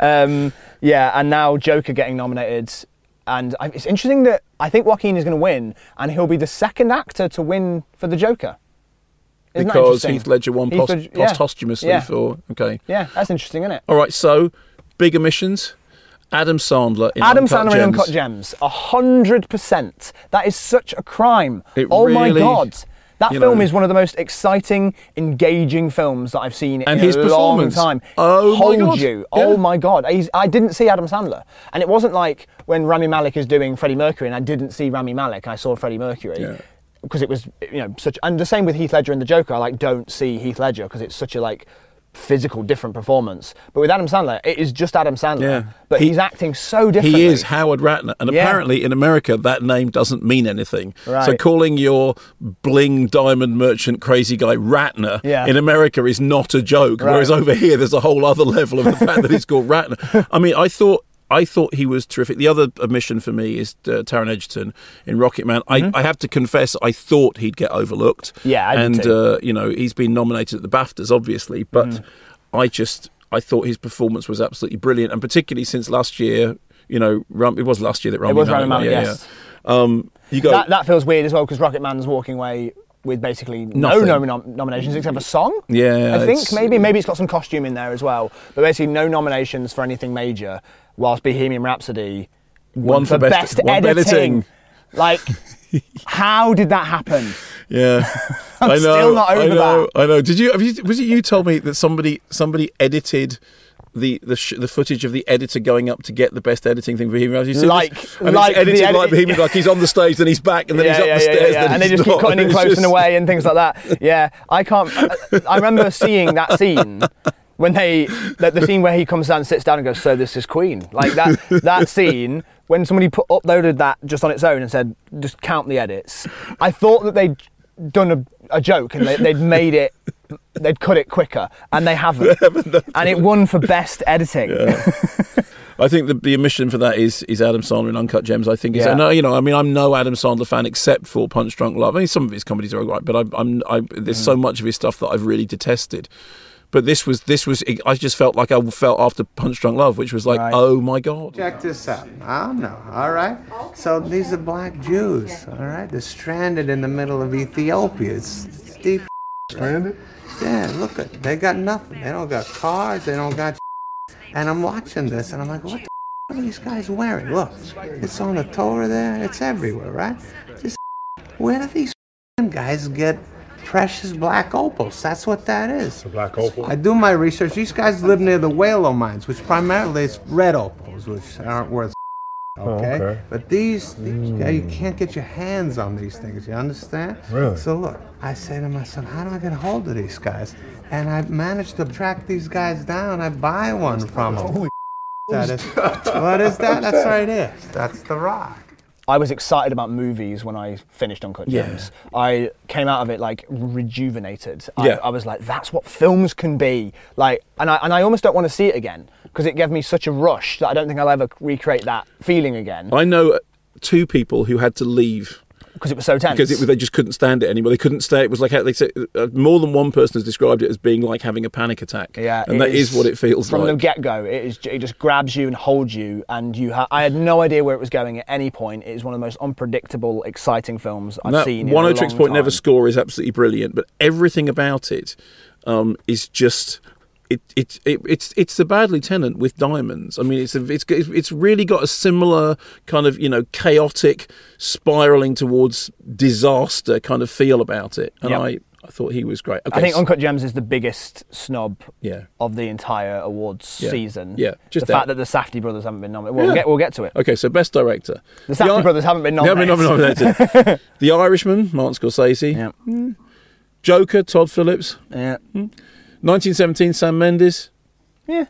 S2: um, yeah, and now Joker getting nominated. And I, it's interesting that I think Joaquin is going to win, and he'll be the second actor to win for the Joker. Isn't that
S1: because
S2: interesting?
S1: Heath Ledger won
S2: Heath
S1: post-
S2: Ledger- yeah.
S1: posthumously
S2: Yeah.
S1: for okay.
S2: Yeah, that's interesting, isn't it?
S1: All right, so big omissions. Adam Sandler in
S2: Adam
S1: Uncut
S2: Sandler
S1: Gems.
S2: and Uncut Gems, a hundred percent. That is such a crime.
S1: It
S2: oh my
S1: really-
S2: god. That
S1: you
S2: film
S1: know.
S2: is one of the most exciting, engaging films that I've seen
S1: And
S2: in
S1: his
S2: a long
S1: performance.
S2: time.
S1: Oh my
S2: Hold
S1: God.
S2: you! Oh
S1: Yeah.
S2: my god! He's, I didn't see Adam Sandler, and it wasn't like when Rami Malek is doing Freddie Mercury, and I didn't see Rami Malek. I saw Freddie Mercury because it was you know such. And the same with Heath Ledger and the Joker. I like don't see Heath Ledger because it's such a like physical, different performance. But with Adam Sandler, it is just Adam Sandler. But
S1: He-
S2: he's acting so differently.
S1: He is Howard Ratner, and
S2: Yeah.
S1: apparently in America that name doesn't mean anything. So
S2: Right.
S1: calling your bling diamond merchant crazy guy Ratner
S2: Yeah.
S1: in America is not a joke.
S2: Right.
S1: Whereas over here, there's a whole other level of the fact that he's called Ratner. I mean, I thought. I thought he was terrific. The other admission for me is uh, Taron Egerton in Rocket Man. I,
S2: Mm-hmm.
S1: I have to confess, I thought he'd get overlooked.
S2: Yeah, I did
S1: and
S2: too.
S1: uh, you know he's been nominated at the BAFTAs, obviously, but
S2: Mhm.
S1: I just I thought his performance was absolutely brilliant, and particularly since last year, you know, Rum, it was last year that Rummy
S2: was
S1: Mallow
S2: Rami
S1: won,
S2: Mallow,
S1: yeah,
S2: yes.
S1: yeah. Um, you go.
S2: That, that feels weird as well because Rocket Man's walking away with basically
S1: Nothing.
S2: no nom- nominations except for song.
S1: Yeah,
S2: I think
S1: it's-
S2: maybe maybe it's got some costume in there as well, but basically no nominations for anything major. Whilst Bohemian Rhapsody won,
S1: One for best- one for
S2: editing.
S1: editing.
S2: Like, how did that happen?
S1: yeah,
S2: I'm
S1: I know.
S2: still not
S1: I
S2: over
S1: know. I know. Did you? Have you? Was it you told me that somebody somebody edited? The, the, sh- the footage of the editor going up to get the best editing thing for Bohemian Rhapsody. You've seen
S2: Like-
S1: this? and it's
S2: like the
S1: edited
S2: edit-
S1: like Bohemian, like he's on the stage, then he's back, and then he's up the stairs. Then
S2: And they
S1: he's
S2: just keep
S1: not.
S2: cutting in
S1: It's
S2: close
S1: just-
S2: and away and things like that. Yeah, I can't. I, I remember seeing that scene when they, the, the scene where he comes down, and sits down, and goes, "So this is Queen." Like that, that scene when somebody put, uploaded that just on its own and said, "Just count the edits." I thought that they'd done a, a joke and they, they'd made it. They'd cut it quicker, and they haven't. and it won for best editing.
S1: I think the, the omission for that is is Adam Sandler in Uncut Gems. I think is
S2: Yeah.
S1: and, uh, you know I mean I'm no Adam Sandler fan except for Punch Drunk Love. I mean some of his comedies are alright, but I, I'm I, there's
S2: Mm.
S1: so much of his stuff that I've really detested. But this was this was I just felt like I felt after Punch Drunk Love, which was like oh my god.
S13: Check this out. I don't know. All right. So these are black Jews. All right. They're stranded in the middle of Ethiopia. It's it's deep. Stranded? Yeah. Look at. They got nothing. They don't got cars. They don't got. And I'm watching this, and I'm like, what the are these guys wearing? Look, it's on the Torah there. It's everywhere, right? Just where do these guys get precious black opals? That's what that is. black opal. I do my research. These guys live near the Whalo mines, which primarily is red opals, which aren't worth. Okay?
S12: okay.
S13: but these, these guys, you can't get your hands on these things. You understand?
S12: Really?
S13: So look, I say to myself, how do I get a hold of these guys? And I managed to track these guys down. I buy one from them. Holy that is, what is that? That's right there. That's the rock.
S2: I was excited about movies when I finished Uncut
S13: Yeah.
S2: Gems. I came out of it like rejuvenated.
S1: Yeah.
S2: I, I was like, that's what films can be. Like, and I, and I almost don't want to see it again because it gave me such a rush that I don't think I'll ever recreate that feeling again
S1: I know two people who had to leave
S2: because it was so tense.
S1: because it, they just couldn't stand it anymore. They couldn't stay. It was like they said, uh, more than one person has described it as being like having a panic attack.
S2: yeah,
S1: and that is, what it feels
S2: from
S1: like.
S2: the get go. It is it just grabs you and holds you, and you. Ha- I had no idea where it was going at any point. It is one of the most unpredictable, exciting films I've
S1: that
S2: seen.
S1: One
S2: in
S1: O
S2: a
S1: Tricks
S2: long
S1: Point
S2: time.
S1: Never Score is absolutely brilliant, but everything about it um, is just. It, it, it it's it's the bad lieutenant with diamonds. I mean, it's a, it's it's really got a similar kind of you know chaotic, spiraling towards disaster kind of feel about it. And
S2: Yep.
S1: I, I thought he was great.
S2: I think
S1: so-
S2: Uncut Gems is the biggest snob
S1: Yeah.
S2: of the entire awards
S1: Yeah.
S2: season.
S1: Yeah, just
S2: the fact
S1: that.
S2: that the Safdie brothers haven't been nominated. Well,
S1: Yeah.
S2: we'll, get, we'll get to it.
S1: Okay, so best director.
S2: The Safdie
S1: Ir-
S2: brothers haven't been
S1: They haven't been
S2: nominated.
S1: nominated. the Irishman, Martin Scorsese. Joker, Todd Phillips.
S2: Yeah.
S1: 1917, Sam Mendes.
S2: Yeah.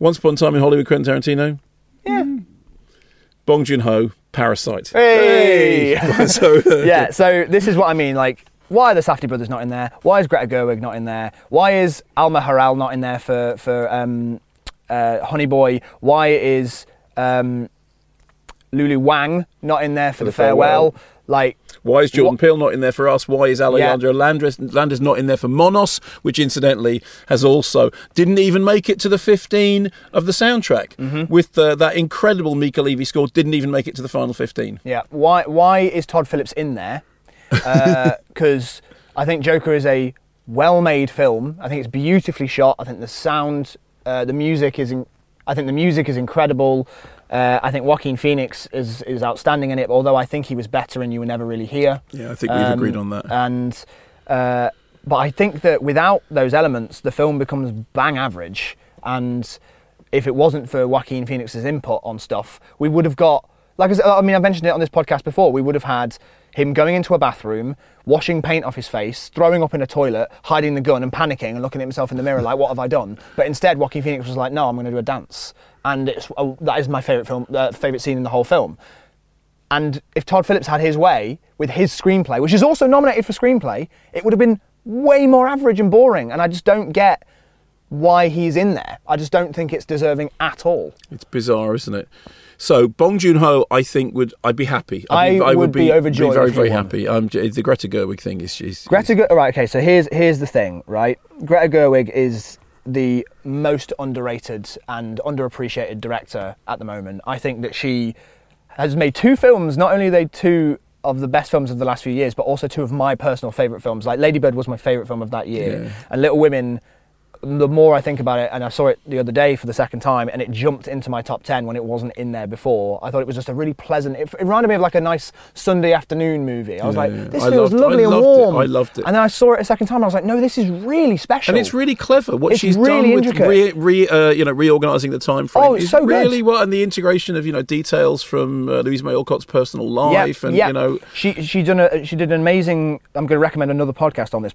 S1: Once Upon a Time in Hollywood, Quentin Tarantino.
S2: Yeah.
S1: Bong Joon Ho, Parasite.
S2: Hey!
S1: Hey! so, uh,
S2: yeah, so this is what I mean. Like, why are the Safdie brothers not in there? Why is Greta Gerwig not in there? Why is Alma Harrell not in there for, for um, uh, Honey Boy? Why is um, Lulu Wang not in there for, the, farewell? Like,
S1: Why is Jordan Peele not in there for us? Why is Alejandro Landres, Landers not in there for Monos, which incidentally has also didn't even make it to the 15 of the soundtrack
S2: Mm-hmm.
S1: with uh, that incredible Mika Levy score. Didn't even make it to the final 15.
S2: Yeah. Why Why is Todd Phillips in there? Because I think Joker is a well-made film. I think it's beautifully shot. I think the sound, uh, the music is. In, I think the music is incredible. Uh, I think Joaquin Phoenix is is outstanding in it. Although I think he was better in You Were Never Really Here. Um,
S1: Yeah, I think we've agreed on that.
S2: And. Uh, but I think that without those elements, the film becomes bang average. And if it wasn't for Joaquin Phoenix's input on stuff, we would have got like I, said, I mean, I mentioned it on this podcast before. We would have had him going into a bathroom, washing paint off his face, throwing up in a toilet, hiding the gun, and panicking and looking at himself in the mirror like, "What have I done?" But instead, Joaquin Phoenix was like, "No, I'm going to do a dance," and it's oh, that is my favorite film, uh, favorite scene in the whole film. And if Todd Phillips had his way with his screenplay, which is also nominated for screenplay, it would have been way more average and boring. And I just don't get why he's in there. I just don't think it's deserving at all.
S1: It's bizarre, isn't it? So Bong Joon Ho, I think would I'd be happy.
S2: I would be overjoyed
S1: very
S2: if he
S1: very
S2: won.
S1: happy. I'm, j- the Greta Gerwig thing is, is
S2: Greta Gerwig. Right. Okay. So here's here's the thing. Right. Greta Gerwig is the most underrated and underappreciated director at the moment. I think that she has made two films. Not only are they two of the best films of the last few years, but also two of my personal favorite films. Like Lady Bird was my favorite film of that year,
S1: Yeah.
S2: and Little Women. The more I think about it, and I saw it the other day for the second time, and it jumped into my top ten when it wasn't in there before. I thought it was just a really pleasant. It, it reminded me of like a nice Sunday afternoon movie. I was
S1: Yeah,
S2: like,
S1: yeah.
S2: this
S1: I
S2: feels
S1: loved- I
S2: lovely and
S1: loved it.
S2: warm.
S1: I loved it.
S2: And then I saw it a second time. and I was like, no, this is really special.
S1: And it's really clever what
S2: It's
S1: she's
S2: really
S1: done with
S2: intricate.
S1: re, re, uh, you know reorganizing the time frame.
S2: Oh, it's
S1: is
S2: so good.
S1: really well, and the integration of you know details from uh, Louise May Alcott's personal
S2: Yep,
S1: life, and
S2: yep.
S1: you know
S2: she she done a, she did an amazing. I'm going to recommend another podcast on this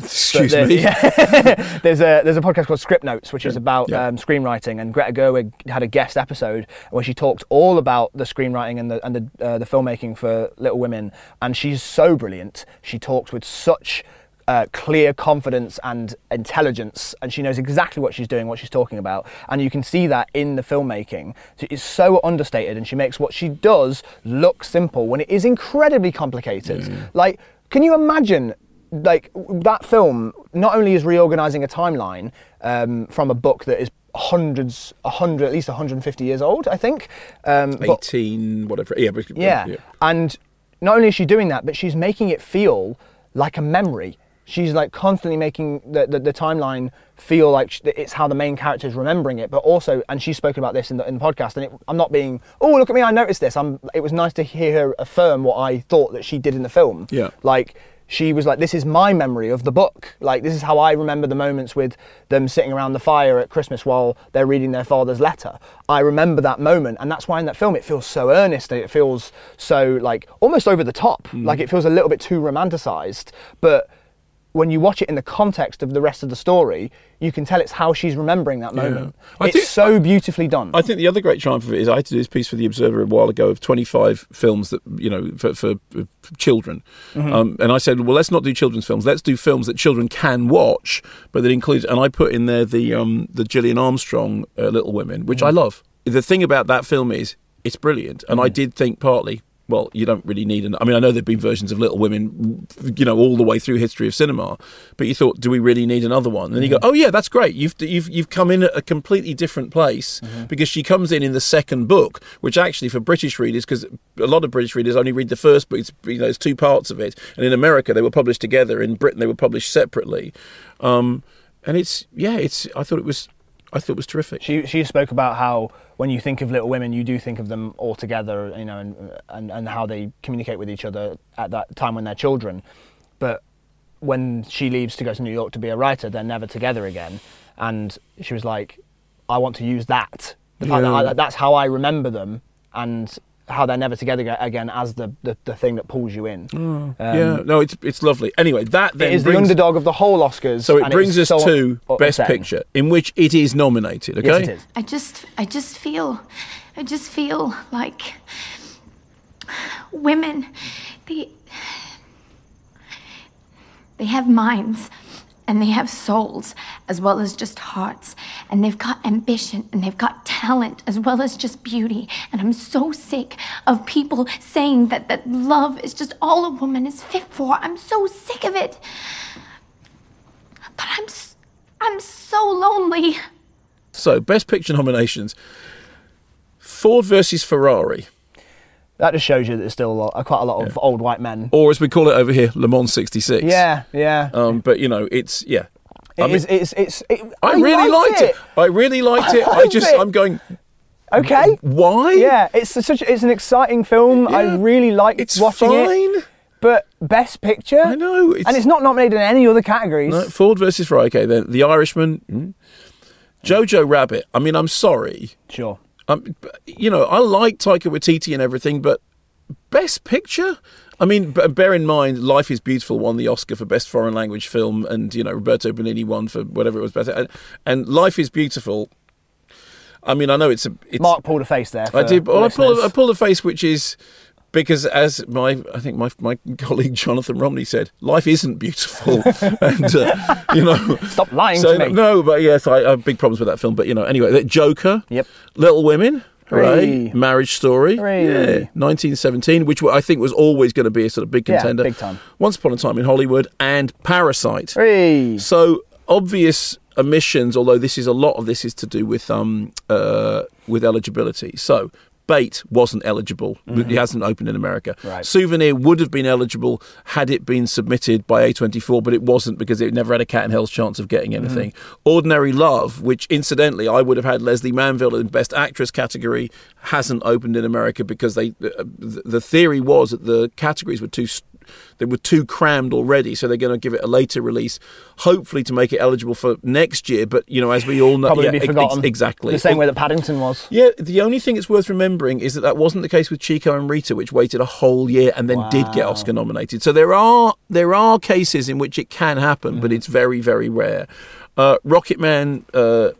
S1: Excuse
S2: But
S1: me.
S2: yeah. there's a there's a podcast called Script Notes, which is about
S1: yeah.
S2: um, screenwriting, and Greta Gerwig had a guest episode where she talked all about the screenwriting and the and the uh, the filmmaking for Little Women, and she's so brilliant. She talks with such. Uh, clear confidence and intelligence, and she knows exactly what she's doing, what she's talking about, and you can see that in the filmmaking. So It's so understated, and she makes what she does look simple when it is incredibly complicated.
S1: Mm.
S2: Like, can you imagine like w- that film not only is reorganizing a timeline um, from a book that is hundreds, a hundred, at least 150 years old, I think. Um, but-
S1: eighteen whatever. Yeah, but-
S2: yeah. And not only is she doing that, but she's making it feel like a memory. She's like constantly making the, the, the timeline feel like sh- that it's how the main character is remembering it, but also, and she's spoken about this in the, in the podcast, and it, I'm not being, oh, look at me, I noticed this. I'm, it was nice to hear her affirm what I thought that she did in the film.
S1: Yeah.
S2: Like, she was like, this is my memory of the book. Like, this is how I remember the moments with them sitting around the fire at Christmas while they're reading their father's letter. I remember that moment. And that's why in that film it feels so earnest and it feels so, like, almost over the top.
S1: Mm.
S2: Like, it feels a little bit too romanticized. But when you watch it in the context of the rest of the story, you can tell it's how she's remembering that
S1: Yeah.
S2: moment.
S1: I
S2: It's
S1: think-
S2: so beautifully done.
S1: I think the other great triumph of it is I had to do this piece for the Observer a while ago of 25 films that you know for, for, for children,
S14: Mhm.
S1: um, and I said, well, let's not do children's films. Let's do films that children can watch, but that include. And I put in there the um, the Gillian Armstrong uh, Little Women, which I
S14: Mhm.
S1: love. The thing about that film is it's brilliant, and I
S2: Mm-hmm.
S1: did think partly. Well, you don't really need an. I mean, I know there've been versions of Little Women, you know, all the way through history of cinema, but you thought, do we really need another one? And you go,
S2: Mm-hmm.
S1: oh yeah, that's great. You've you've you've come in at a completely different place
S2: Mm-hmm.
S1: because she comes in in the second book, which actually for British readers, because a lot of British readers only read the first book. It's, you know, there's two parts of it, and in America they were published together. In Britain they were published separately, um, and it's yeah, it's. I thought it was, I thought it was terrific.
S2: She she spoke about how when you think of Little Women, you do think of them all together, you know, and and, and how they communicate with each other at that time when they're children. But when she leaves to go to New York to be a writer, they're never together again. And she was like, I want to use that. The fact that I,
S1: Yeah.
S2: that that's how I remember them and how they're never together ga- again as the, the, the thing that pulls you in. Um,
S1: yeah, no, it's it's lovely. Anyway, that Mm. then
S2: it is the
S1: brings-
S2: underdog of the whole Oscars.
S1: So it
S2: and
S1: brings
S2: is
S1: us
S2: so
S1: to
S2: u-
S1: Best
S2: upsetting.
S1: Picture, in which it is nominated. Okay,
S2: Yes, it is.
S15: I just, I just feel, oh, I just feel like women, they, they have minds and they have souls as well as just hearts and they've got ambition and they've got talent as well as just beauty and i'm so sick of people saying that that love is just all a woman is fit for i'm so sick of it but i'm s- i'm so lonely
S1: So Best Picture nominations: Ford versus Ferrari,
S2: That just shows you that there's still a lot, uh, quite a lot of old white men.
S1: or as we call it over here, Le Mans '66.
S2: Yeah, yeah.
S1: Um, but you know, it's yeah.
S2: It is- it's, it's, it-
S1: I, really liked it. I really liked it. I,
S2: liked
S1: just,
S2: it.
S1: I'm going.
S2: Okay.
S1: Why?
S2: Yeah, it's a- such. It's an exciting film. I really liked watching
S1: fine.
S2: it. But best picture. I
S1: know,
S2: and it's not nominated in any other categories.
S1: No, Ford versus Ferrari. Okay, then The Irishman,
S2: Hmm?
S1: mm. Jojo Rabbit. I mean, I'm sorry.
S2: Sure.
S1: Um, you know, I like Taika Waititi and everything, but Best Picture. I mean, b- bear in mind, Life is Beautiful won the Oscar for Best Foreign Language Film, and you know Roberto Benigni won for whatever it was better. And, and Life is Beautiful. I mean, I know it's a. It's,
S2: Mark pulled a face there.
S1: I
S2: for
S1: did. Well, I pulled.
S2: listeners.
S1: I pulled a face, which is because as my I think my my colleague Jonathan Romney said, life isn't beautiful, and uh, you know,
S2: stop lying
S1: so,
S2: to me.
S1: No, but yes, I, I have big problems with that film. But you know, anyway, the Joker,
S2: yep,
S1: Little Women. Hooray.
S2: Hooray.
S1: Marriage Story,
S2: Hooray.
S1: yeah, 1917, which I think was always going to be a sort of big
S2: Yeah,
S1: contender.
S2: big time.
S1: Once Upon a Time in Hollywood and Parasite.
S2: Hooray.
S1: So obvious omissions, although this is a lot of this is to do with um uh, with eligibility. So Bait wasn't eligible; it hasn't opened in America.
S2: Right.
S1: Souvenir would have been eligible had it been submitted by A24, but it wasn't because it never had a cat in hell's chance of getting
S2: Mm-hmm.
S1: anything. Ordinary Love, which incidentally I would have had Leslie Manville in Best Actress category, hasn't opened in America because they uh, the the theory was that the categories were too st- they were too crammed already, so they're going to give it a later release, hopefully to make it eligible for next year. But you know, as we all know,
S2: Probably
S1: yeah,
S2: be
S1: ex-
S2: forgotten.
S1: ex- exactly
S2: The same way that Paddington was.
S1: yeah, the only thing it's worth remembering is that that wasn't the case with Chico and Rita, which waited a whole year and then did get Oscar nominated. So there are there are cases in which it can happen, but it's very very rare. Uh, Rocketman uh,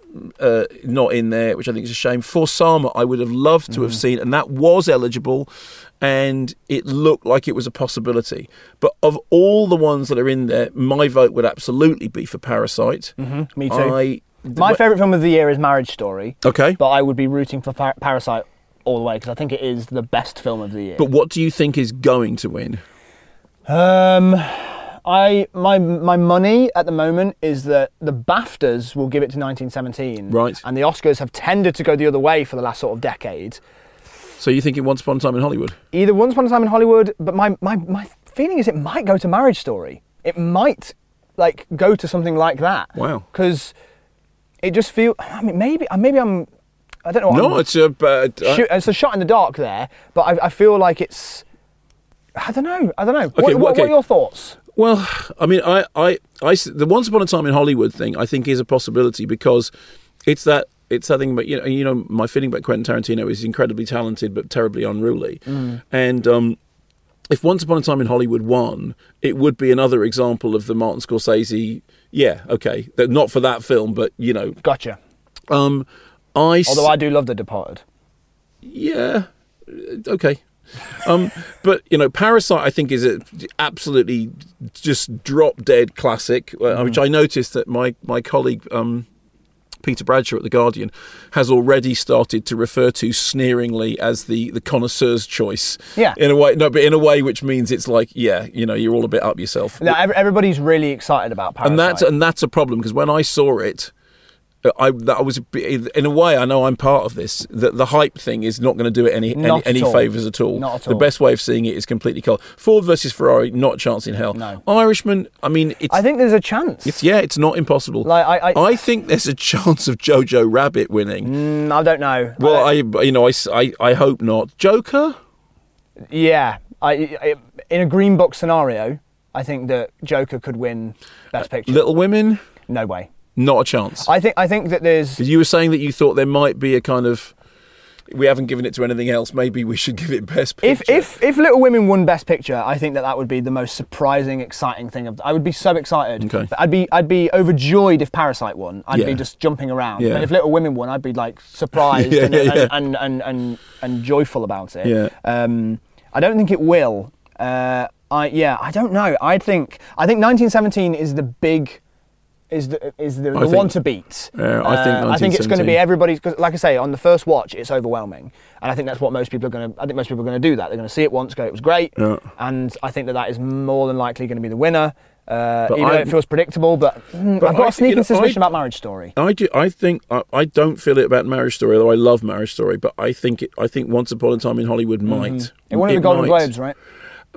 S1: uh, not in there, which I think is a shame. For Sama, I would have loved to have seen, and that was eligible, and it looked like it was a possibility. But of all the ones that are in there, my vote would absolutely be for Parasite.
S2: Mhm, me too.
S1: I-
S2: My favourite film of the year is Marriage Story.
S1: Okay.
S2: But I would be rooting for Par- Parasite all the way because I think it is the best film of the year.
S1: But what do you think is going to win?
S2: Um, I my my money at the moment is that the BAFTAs will give it to 1917.
S1: Right.
S2: And the Oscars have tended to go the other way for the last sort of decade.
S1: So you think it Once Upon a Time in Hollywood?
S2: Either Once Upon a Time in Hollywood, but my my my feeling is it might go to Marriage Story. It might like go to something like that.
S1: Wow.
S2: Because it just feel. I mean, maybe uh, maybe I'm. I don't know.
S1: No,
S2: I'm-
S1: it's a uh, bad.
S2: shoot, it's a shot in the dark there, but I, I feel like it's. I don't know. I don't know.
S1: Okay,
S2: what, what,
S1: okay.
S2: what are your thoughts?
S1: Well, I mean, I, I, I s- the Once Upon a Time in Hollywood thing, I think, is a possibility because it's that it's that thing. But you know, you know, my feeling about Quentin Tarantino is he's incredibly talented but terribly unruly,
S14: Mm.
S1: and. um if Once Upon a Time in Hollywood won, it would be another example of the Martin Scorsese. Yeah, okay, that- not for that film, but you know.
S2: Gotcha.
S1: Um, I s-
S2: Although I do love The Departed.
S1: Yeah. uh, Okay. Um, but you know, Parasite I think is a absolutely just drop dead classic, uh, which I noticed that my my colleague um, Peter Bradshaw at the Guardian has already started to refer to sneeringly as the the connoisseur's choice.
S2: Yeah.
S1: In a way, no, but in a way which means it's like, yeah, you know, you're all a bit up yourself.
S2: Now, ev- everybody's really excited about Parasite.
S1: And that's and that's a problem because when I saw it, I that I was a bit- in a way I know I'm part of this. That the hype thing is not going to do it any
S2: Not
S1: any,
S2: at
S1: any
S2: all.
S1: favors at all.
S2: Not at
S1: The
S2: all.
S1: best way of seeing it is completely cold. Ford versus Ferrari, not a chance in hell.
S2: No.
S1: Irishman. I mean, it's,
S2: I think there's a chance.
S1: it's yeah, it's not impossible.
S2: Like, I- I-
S1: think there's a chance of Jojo Rabbit winning.
S2: Mm, I don't know.
S1: Well, I you know I, s- I- I hope not. Joker.
S2: Yeah. I, I, in a Green Book scenario, I think that Joker could win Best Picture.
S1: Uh, Little Women.
S2: No way.
S1: Not a chance.
S2: I think I think that there's
S1: Because you were saying that you thought there might be a kind of we haven't given it to anything else. Maybe we should give it best picture.
S2: If, if if Little Women won Best Picture, I think that that would be the most surprising, exciting thing. Of I would be so excited.
S1: Okay.
S2: But I'd be I'd be overjoyed if Parasite won. I'd
S1: Yeah.
S2: be just jumping around.
S1: Yeah.
S2: But if Little Women won, I'd be like surprised
S1: Yeah,
S2: and,
S1: yeah, yeah.
S2: And, and, and and and joyful about it.
S1: Yeah.
S2: Um, I don't think it will. Uh, I yeah. I don't know. I think I think 1917 is the big. Is the is the, the
S1: I think-
S2: one to beat?
S1: Yeah, I think
S2: Uh, I think it's going to
S1: 1917.
S2: be everybody's because like i say on the first watch it's overwhelming and i think that's what most people are going to i think most people are going to do that they're going to see it once go it was great
S1: Yeah.
S2: and i think that that is more than likely going to be the winner uh,
S1: But
S2: even though
S1: I-
S2: it feels predictable but, mm,
S1: But
S2: i've got
S1: I
S2: a
S1: think,
S2: sneaking
S1: you know,
S2: suspicion
S1: I-
S2: about marriage story
S1: I do, I think I, I don't feel it about Marriage Story, although I love Marriage Story. But I think it, I think Once Upon a Time in Hollywood might.
S2: Mhm. it won at the
S1: It
S2: golden
S1: might.
S2: globes right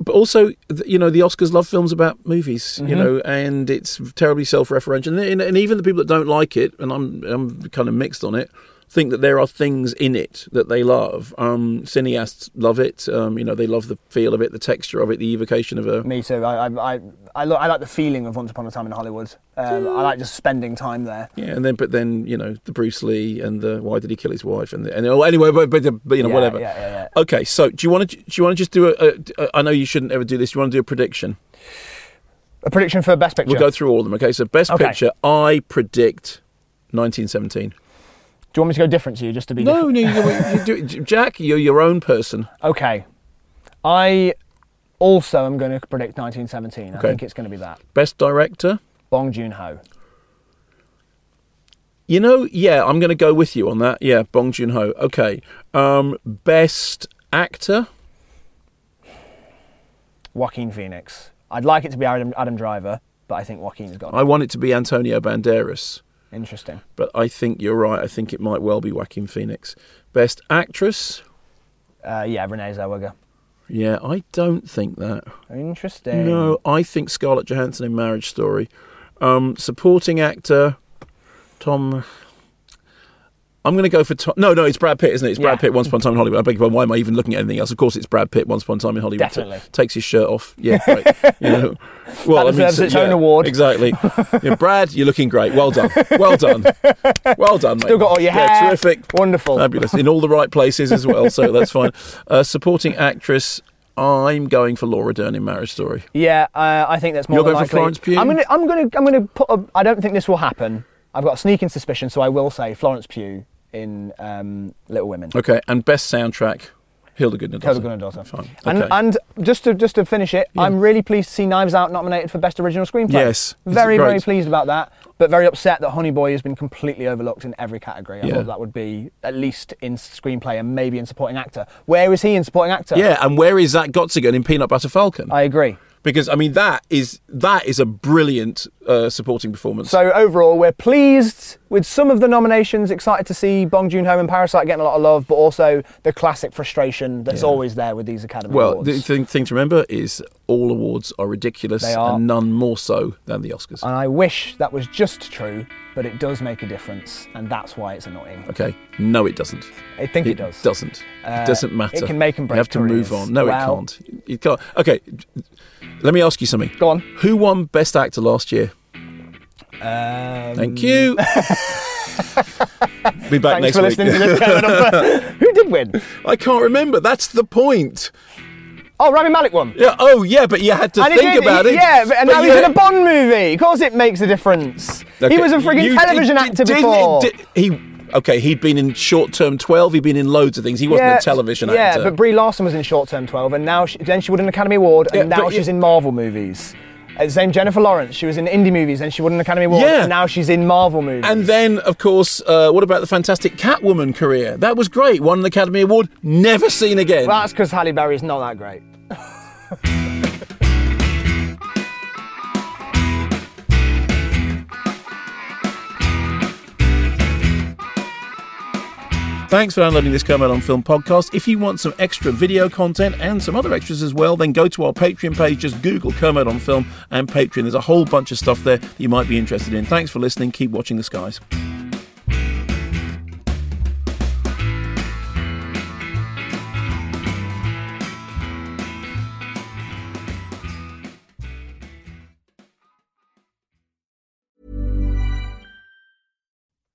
S1: But also, th- you know, the Oscars love films about movies, you
S2: Mhm.
S1: know, and it's terribly self-referential. And, and, and even the people that don't like it, and I'm I'm kind of mixed on it, think that there are things in it that they love. Um, cineasts love it. Um, you know, they love the feel of it, the texture of it, the evocation of a.
S2: Me too. I I I, I, lo- I like the feeling of Once Upon a Time in Hollywood. Um, I like just spending time there.
S1: Yeah, and then but then you know the Bruce Lee and the why did he kill his wife and the, and oh anyway but, but, but you know
S2: Yeah,
S1: whatever.
S2: yeah, yeah, yeah.
S1: Okay, so do you want to do you want to just do a, a? I know you shouldn't ever do this. Do you want to do a prediction?
S2: A prediction for best picture.
S1: We'll go through all of them. Okay, so best
S2: Okay.
S1: picture, I predict 1917.
S2: Do you want me to go different to you just to be?
S1: No,
S2: different?
S1: no, you, you do, Jack, you're your own person.
S2: Okay. I also am going to predict 1917. I
S1: Okay.
S2: think it's going to be that.
S1: Best director,
S2: Bong Joon Ho.
S1: you know, yeah, I'm going to go with you on that. Yeah, Bong Joon Ho. Okay, um, best actor.
S2: Joaquin Phoenix. I'd like it to be Adam, Adam Driver, but I think Joaquin's got it.
S1: I want it to be Antonio Banderas,
S2: Interesting.
S1: but I think you're right. I think it might well be Joaquin Phoenix. Best actress.
S2: Uh, yeah, Renee Zellweger.
S1: Yeah, I don't think that.
S2: Interesting.
S1: No, I think Scarlett Johansson in Marriage Story. Um, supporting actor, Tom. I'm going to go for Tom. No, no, it's Brad Pitt, isn't it? It's Brad
S2: Yeah.
S1: Pitt, Once Upon a Time in Hollywood. I beg your pardon, why am I even looking at anything else? Of course, it's Brad Pitt, Once Upon a Time in Hollywood. T-
S2: Definitely.
S1: takes his shirt off. Yeah, great. you know, well,
S2: That deserves
S1: so-
S2: its own award.
S1: Exactly. Yeah, Brad, you're looking great. Well done. Well done. Well done, mate.
S2: Still got all your
S1: Yeah,
S2: hair.
S1: terrific.
S2: Wonderful.
S1: Fabulous. In all the right places as well, so that's fine. Uh, supporting actress, I'm going for Laura Dern in Marriage Story.
S2: Yeah, uh, I think that's more
S1: You're
S2: than
S1: going for
S2: likely.
S1: Florence Pugh?
S2: I'm gonna, I'm gonna, I'm gonna put. A, I don't think this will happen. I've got a sneaking suspicion, so I will say Florence Pugh in um, Little Women.
S1: Okay, and best soundtrack, Hildegard Nadotter.
S2: Hilda Gunnar Daughter.
S1: Fine.
S2: And,
S1: okay.
S2: and just to just to finish it, I'm really pleased to see Knives Out nominated for Best Original Screenplay.
S1: Yes, it's
S2: very very
S1: great.
S2: pleased about that, but very upset that Honey Boy has been completely overlooked in every category. I
S1: Yeah.
S2: thought that would be at least in screenplay and maybe in supporting actor. Where is he in supporting actor?
S1: yeah, and where is that Gotzigan in Peanut Butter Falcon?
S2: I agree.
S1: because I mean that is that is a brilliant uh, supporting performance.
S2: So overall, we're pleased with some of the nominations. Excited to see Bong Joon Ho and Parasite getting a lot of love, but also the classic frustration that's
S1: Yeah.
S2: always there with these Academy
S1: well,
S2: Awards.
S1: the thing, thing to remember is all awards are ridiculous,
S2: They are. Uh,
S1: and none more so than the Oscars.
S2: and I wish that was just true, but it does make a difference, and that's why it's annoying.
S1: Okay, no, it doesn't.
S2: I think it does.
S1: Doesn't.
S2: Uh,
S1: it doesn't matter.
S2: it can make and break
S1: You have to
S2: careers.
S1: move on. No,
S2: Well-
S1: it can't. It can't. Okay, let me ask you something.
S2: Go on.
S1: Who won Best Actor last year?
S2: Um,
S1: Thank you. Be back
S2: Thanks
S1: next
S2: for
S1: week.
S2: listening to this. Canada. Who did win?
S1: I can't remember. That's the point.
S2: Oh, Rami Malik won.
S1: Yeah. Oh, yeah. But you had to
S2: And he
S1: think
S2: did-
S1: about
S2: he-
S1: it.
S2: Yeah, but, and
S1: But
S2: now
S1: you
S2: he's in
S1: had-
S2: a Bond movie. Of course, it makes a difference.
S1: Okay,
S2: He was a
S1: you
S2: frigging
S1: did-
S2: television
S1: did-
S2: actor
S1: didn't-
S2: before.
S1: did- he. Okay, he'd been in short term twelve. He'd been in loads of things. He wasn't
S2: yeah,
S1: a television
S2: yeah,
S1: actor.
S2: but Brie Larson was in Short Term 12, and now she, then she won an Academy Award, and
S1: Yeah, but
S2: now
S1: you-
S2: she's in Marvel movies. Uh, same Jennifer Lawrence. She was in indie movies, and she won an Academy Award,
S1: Yeah.
S2: and now she's in Marvel movies.
S1: and then, of course, uh, what about the fantastic Catwoman career? That was great. Won an Academy Award. Never seen again.
S2: well, that's because Halle Berry's not that great.
S1: Thanks for downloading this Kermit on Film podcast. If you want some extra video content and some other extras as well, then go to our Patreon page. Just Google Kermit on Film and Patreon. There's a whole bunch of stuff there that you might be interested in. Thanks for listening. Keep watching the skies.